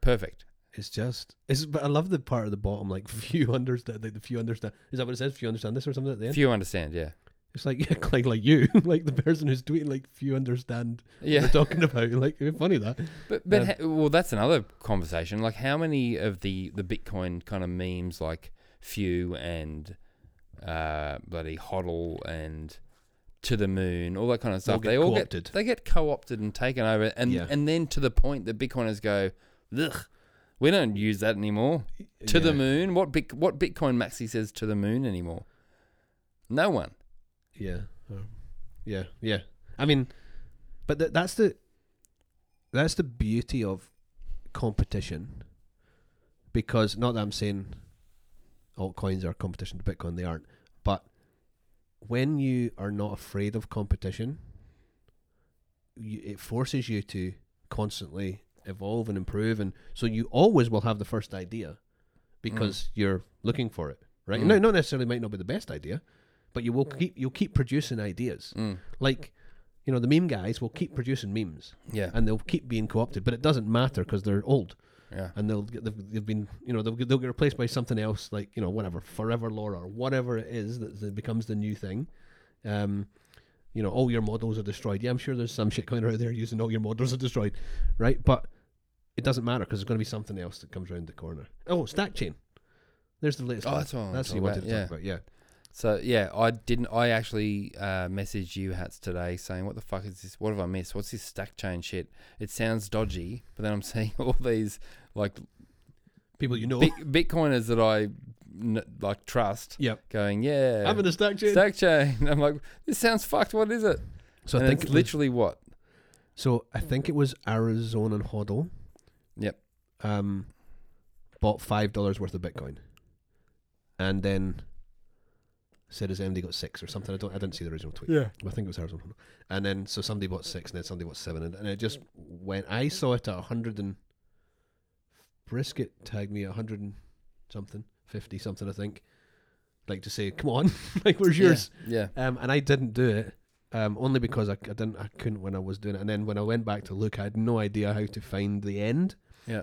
Speaker 2: Perfect.
Speaker 3: It's just, it's, but I love the part at the bottom, like, [LAUGHS] few understand, like, the few understand. Is that what it says? Few understand this or something at the end?
Speaker 2: Few understand, yeah.
Speaker 3: It's like, [LAUGHS] yeah, like, like you, like the person who's tweeting, like, few understand
Speaker 2: Yeah.
Speaker 3: what we're talking about. Like, it's funny that.
Speaker 2: But but
Speaker 3: Um,
Speaker 2: ha- well, that's another conversation. Like, how many of the the Bitcoin kind of memes, like few and uh, bloody hodl and to the moon, all that kind of stuff,
Speaker 3: get
Speaker 2: they all
Speaker 3: co-opted.
Speaker 2: get they get co opted and taken over, and
Speaker 3: Yeah.
Speaker 2: and then to the point that Bitcoiners go, ugh, we don't use that anymore. To the
Speaker 3: Yeah.
Speaker 2: moon, what Bit- what Bitcoin Maxi says to the moon anymore? No one.
Speaker 3: Yeah. Um, Yeah. Yeah. I mean, but th- that's the that's the beauty of competition, because not that I'm saying altcoins are competition to Bitcoin, they aren't. But when you are not afraid of competition, you, it forces you to constantly evolve and improve, and so you always will have the first idea because you're looking for it, right?
Speaker 2: Mm.
Speaker 3: No, not necessarily might not be the best idea, but you will keep you'll keep producing ideas.
Speaker 2: Mm.
Speaker 3: Like, you know, the meme guys will keep producing memes,
Speaker 2: Yeah,
Speaker 3: and they'll keep being co-opted, but it doesn't matter because they're old,
Speaker 2: yeah, Oh,
Speaker 3: and they'll get they've, they've been you know they'll get, they'll get replaced by something else, like you know whatever Forever Laura or whatever it is that, that becomes the new thing. Um, you know, all your models are destroyed. Yeah, I'm sure there's some shit going around there using all your models are destroyed, right? But it doesn't matter because there's going to be something else that comes around the corner. Oh, stack chain. There's the latest.
Speaker 2: Oh,
Speaker 3: one.
Speaker 2: that's what I wanted
Speaker 3: that's
Speaker 2: to
Speaker 3: what you
Speaker 2: talk
Speaker 3: wanted to
Speaker 2: about,
Speaker 3: talk about. Yeah.
Speaker 2: So yeah, I didn't. I actually uh, messaged you hats today saying, "What the fuck is this? What have I missed? What's this stack chain shit? It sounds dodgy." But then I'm [LAUGHS] seeing all these like
Speaker 3: People you know.
Speaker 2: bit- Bitcoiners that I n- like trust
Speaker 3: yeah.
Speaker 2: going, "Yeah,
Speaker 3: Having a stack chain.
Speaker 2: stack chain." [LAUGHS] I'm like, "This sounds fucked. What is it?"
Speaker 3: so
Speaker 2: and
Speaker 3: I think
Speaker 2: it's
Speaker 3: it was-
Speaker 2: literally what.
Speaker 3: So I think it was Arizona and Hodl.
Speaker 2: Yep.
Speaker 3: Um, bought five dollars worth of Bitcoin, and then said his MD got six or something. I don't. I didn't see the original tweet.
Speaker 2: Yeah.
Speaker 3: I think it was Arizona. Hodl. And then so somebody bought six, and then somebody bought seven, and, and it just went. I saw it at a hundred and brisket tagged me a hundred and something, fifty something, I think. Like to say, come on, [LAUGHS] like where's yours?
Speaker 2: Yeah.
Speaker 3: Um, and I didn't do it um, only because I, I didn't I couldn't when I was doing it. And then when I went back to look, I had no idea how to find the end.
Speaker 2: Yeah.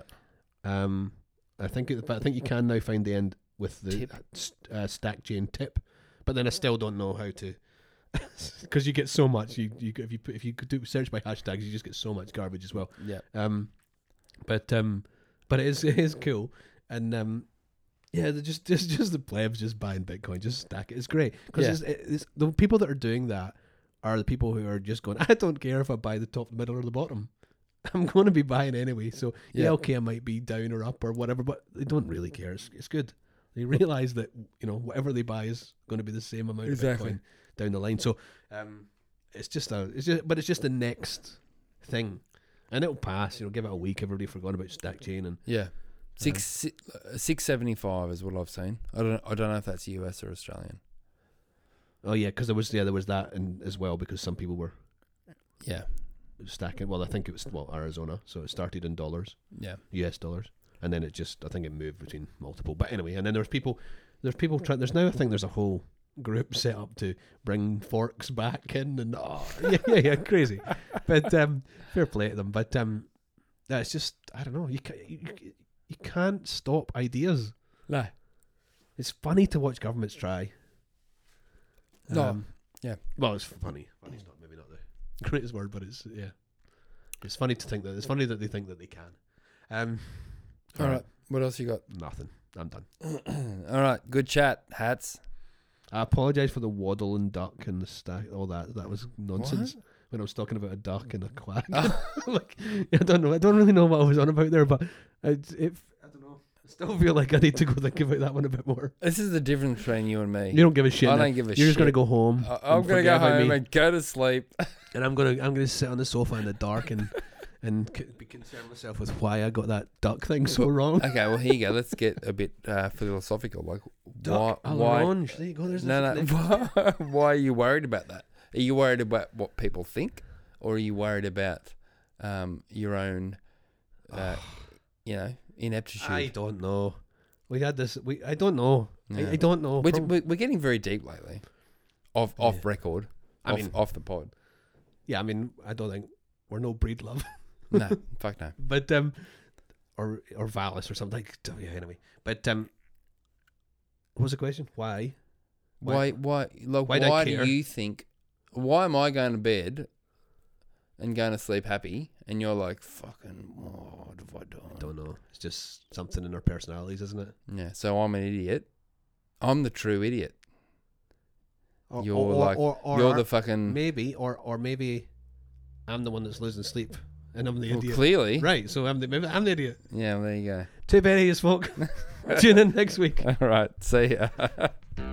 Speaker 3: Um, I think it, but I think you can now find the end with the
Speaker 2: Tip.
Speaker 3: uh, st- uh, stack chain tip. But then I still don't know how to [LAUGHS] because you get so much. You, you if you put, if you could do search by hashtags, you just get so much garbage as well.
Speaker 2: Yeah. Yeah.
Speaker 3: Um, but um, but it is [LAUGHS] it is cool, and um, yeah, they're just [LAUGHS] just just the plebs just buying Bitcoin, just stack it. It's great because
Speaker 2: Yeah.
Speaker 3: it's, it's the people that are doing that are the people who are just going. [LAUGHS] I don't care if I buy the top, the middle, or the bottom. [LAUGHS] I'm going to be buying anyway. So yeah.
Speaker 2: Yeah.
Speaker 3: okay, I might be down or up or whatever, but they don't really care. It's, it's good. They realize that you know whatever they buy is going to be the same amount
Speaker 2: Exactly.
Speaker 3: of Bitcoin down the line. So um, it's just a it's just but it's just the next thing. And it'll pass, you know, give it a week, everybody forgot about stack chain and
Speaker 2: Six si- uh, six seventy five is what I've seen. I don't I don't know if that's US or Australian.
Speaker 3: oh yeah, because there was yeah, there was that and as well because some people were
Speaker 2: Yeah.
Speaker 3: stacking well, I think it was well, Arizona. So it started in dollars,
Speaker 2: Yeah.
Speaker 3: US dollars. And then it just I think it moved between multiple. But anyway, and then there's people there's people trying there's now I think there's a whole group [LAUGHS] set up to bring forks [LAUGHS] back in and oh yeah, yeah, yeah, crazy. but um fair play to them. But um Yeah, it's just I don't know. You can you, you- you can't stop ideas.
Speaker 2: No.
Speaker 3: It's funny to watch governments try.
Speaker 2: No.
Speaker 3: Um,
Speaker 2: yeah.
Speaker 3: Well, it's funny. Funny's not maybe not the [LAUGHS] greatest word, but it's yeah. It's funny to think that it's funny that they think that they can. Um,
Speaker 2: All right. What else you got?
Speaker 3: nothing. I'm done.
Speaker 2: [CLEARS THROAT] All right. Good chat. Hats.
Speaker 3: I apologise for the waddle and duck and the stack, all that. That was nonsense. When I was talking about a
Speaker 2: [LAUGHS]
Speaker 3: duck and a quack,
Speaker 2: Ah.
Speaker 3: [LAUGHS] like I don't know, I don't really know what I was on about there, but it, it I don't know. I still feel like I need to go think about that one a bit more.
Speaker 2: This is the difference between you and me.
Speaker 3: You don't give a shit.
Speaker 2: I
Speaker 3: now.
Speaker 2: don't give a
Speaker 3: You're just gonna
Speaker 2: shit.
Speaker 3: go home.
Speaker 2: I- I'm
Speaker 3: and
Speaker 2: gonna
Speaker 3: forget
Speaker 2: go
Speaker 3: about
Speaker 2: home
Speaker 3: me,
Speaker 2: and go to
Speaker 3: [LAUGHS]
Speaker 2: sleep.
Speaker 3: and I'm gonna I'm gonna sit on the sofa in the dark [LAUGHS] and and c- be concerned myself with why I got that duck thing so wrong.
Speaker 2: okay, well here you go. Let's get a bit uh, philosophical. Like,
Speaker 3: Duck
Speaker 2: why?
Speaker 3: à
Speaker 2: Why?
Speaker 3: l'orange. There you go. There's
Speaker 2: No, no. [LAUGHS] Why, why are you worried about that? Are you worried about what people think, or are you worried about um, your own, uh, you know, ineptitude?
Speaker 3: Ah. I don't know. We had this. We I don't know.
Speaker 2: Yeah.
Speaker 3: I, I don't know.
Speaker 2: we're,
Speaker 3: Prob-
Speaker 2: we're we're getting very deep lately, off off record,
Speaker 3: I
Speaker 2: off,
Speaker 3: mean-
Speaker 2: off the pod.
Speaker 3: yeah, I mean, I don't think we're no breed love, [LAUGHS]
Speaker 2: No, fuck no.
Speaker 3: but um, or or Valis or something. Like, yeah, anyway, but um, what was the question? Why?
Speaker 2: Why?
Speaker 3: Why-
Speaker 2: Why? Like, why,
Speaker 3: why do I
Speaker 2: do
Speaker 3: care?
Speaker 2: you think? Why am I going to bed and going to sleep happy, and you're like, fucking, what have I done?
Speaker 3: Don't know. It's just something in our personalities, isn't it?
Speaker 2: Yeah. So I'm an idiot. I'm the true idiot.
Speaker 3: Or,
Speaker 2: You're like- you're the fucking.
Speaker 3: maybe or or maybe I'm the one that's losing sleep and I'm the
Speaker 2: Well,
Speaker 3: idiot.
Speaker 2: clearly.
Speaker 3: Right, so I'm the maybe I'm the idiot.
Speaker 2: Yeah. Well, there you
Speaker 3: [LAUGHS]
Speaker 2: [LAUGHS]
Speaker 3: Too bad you smoke. Tune in next week.
Speaker 2: go. All right. See ya. [LAUGHS]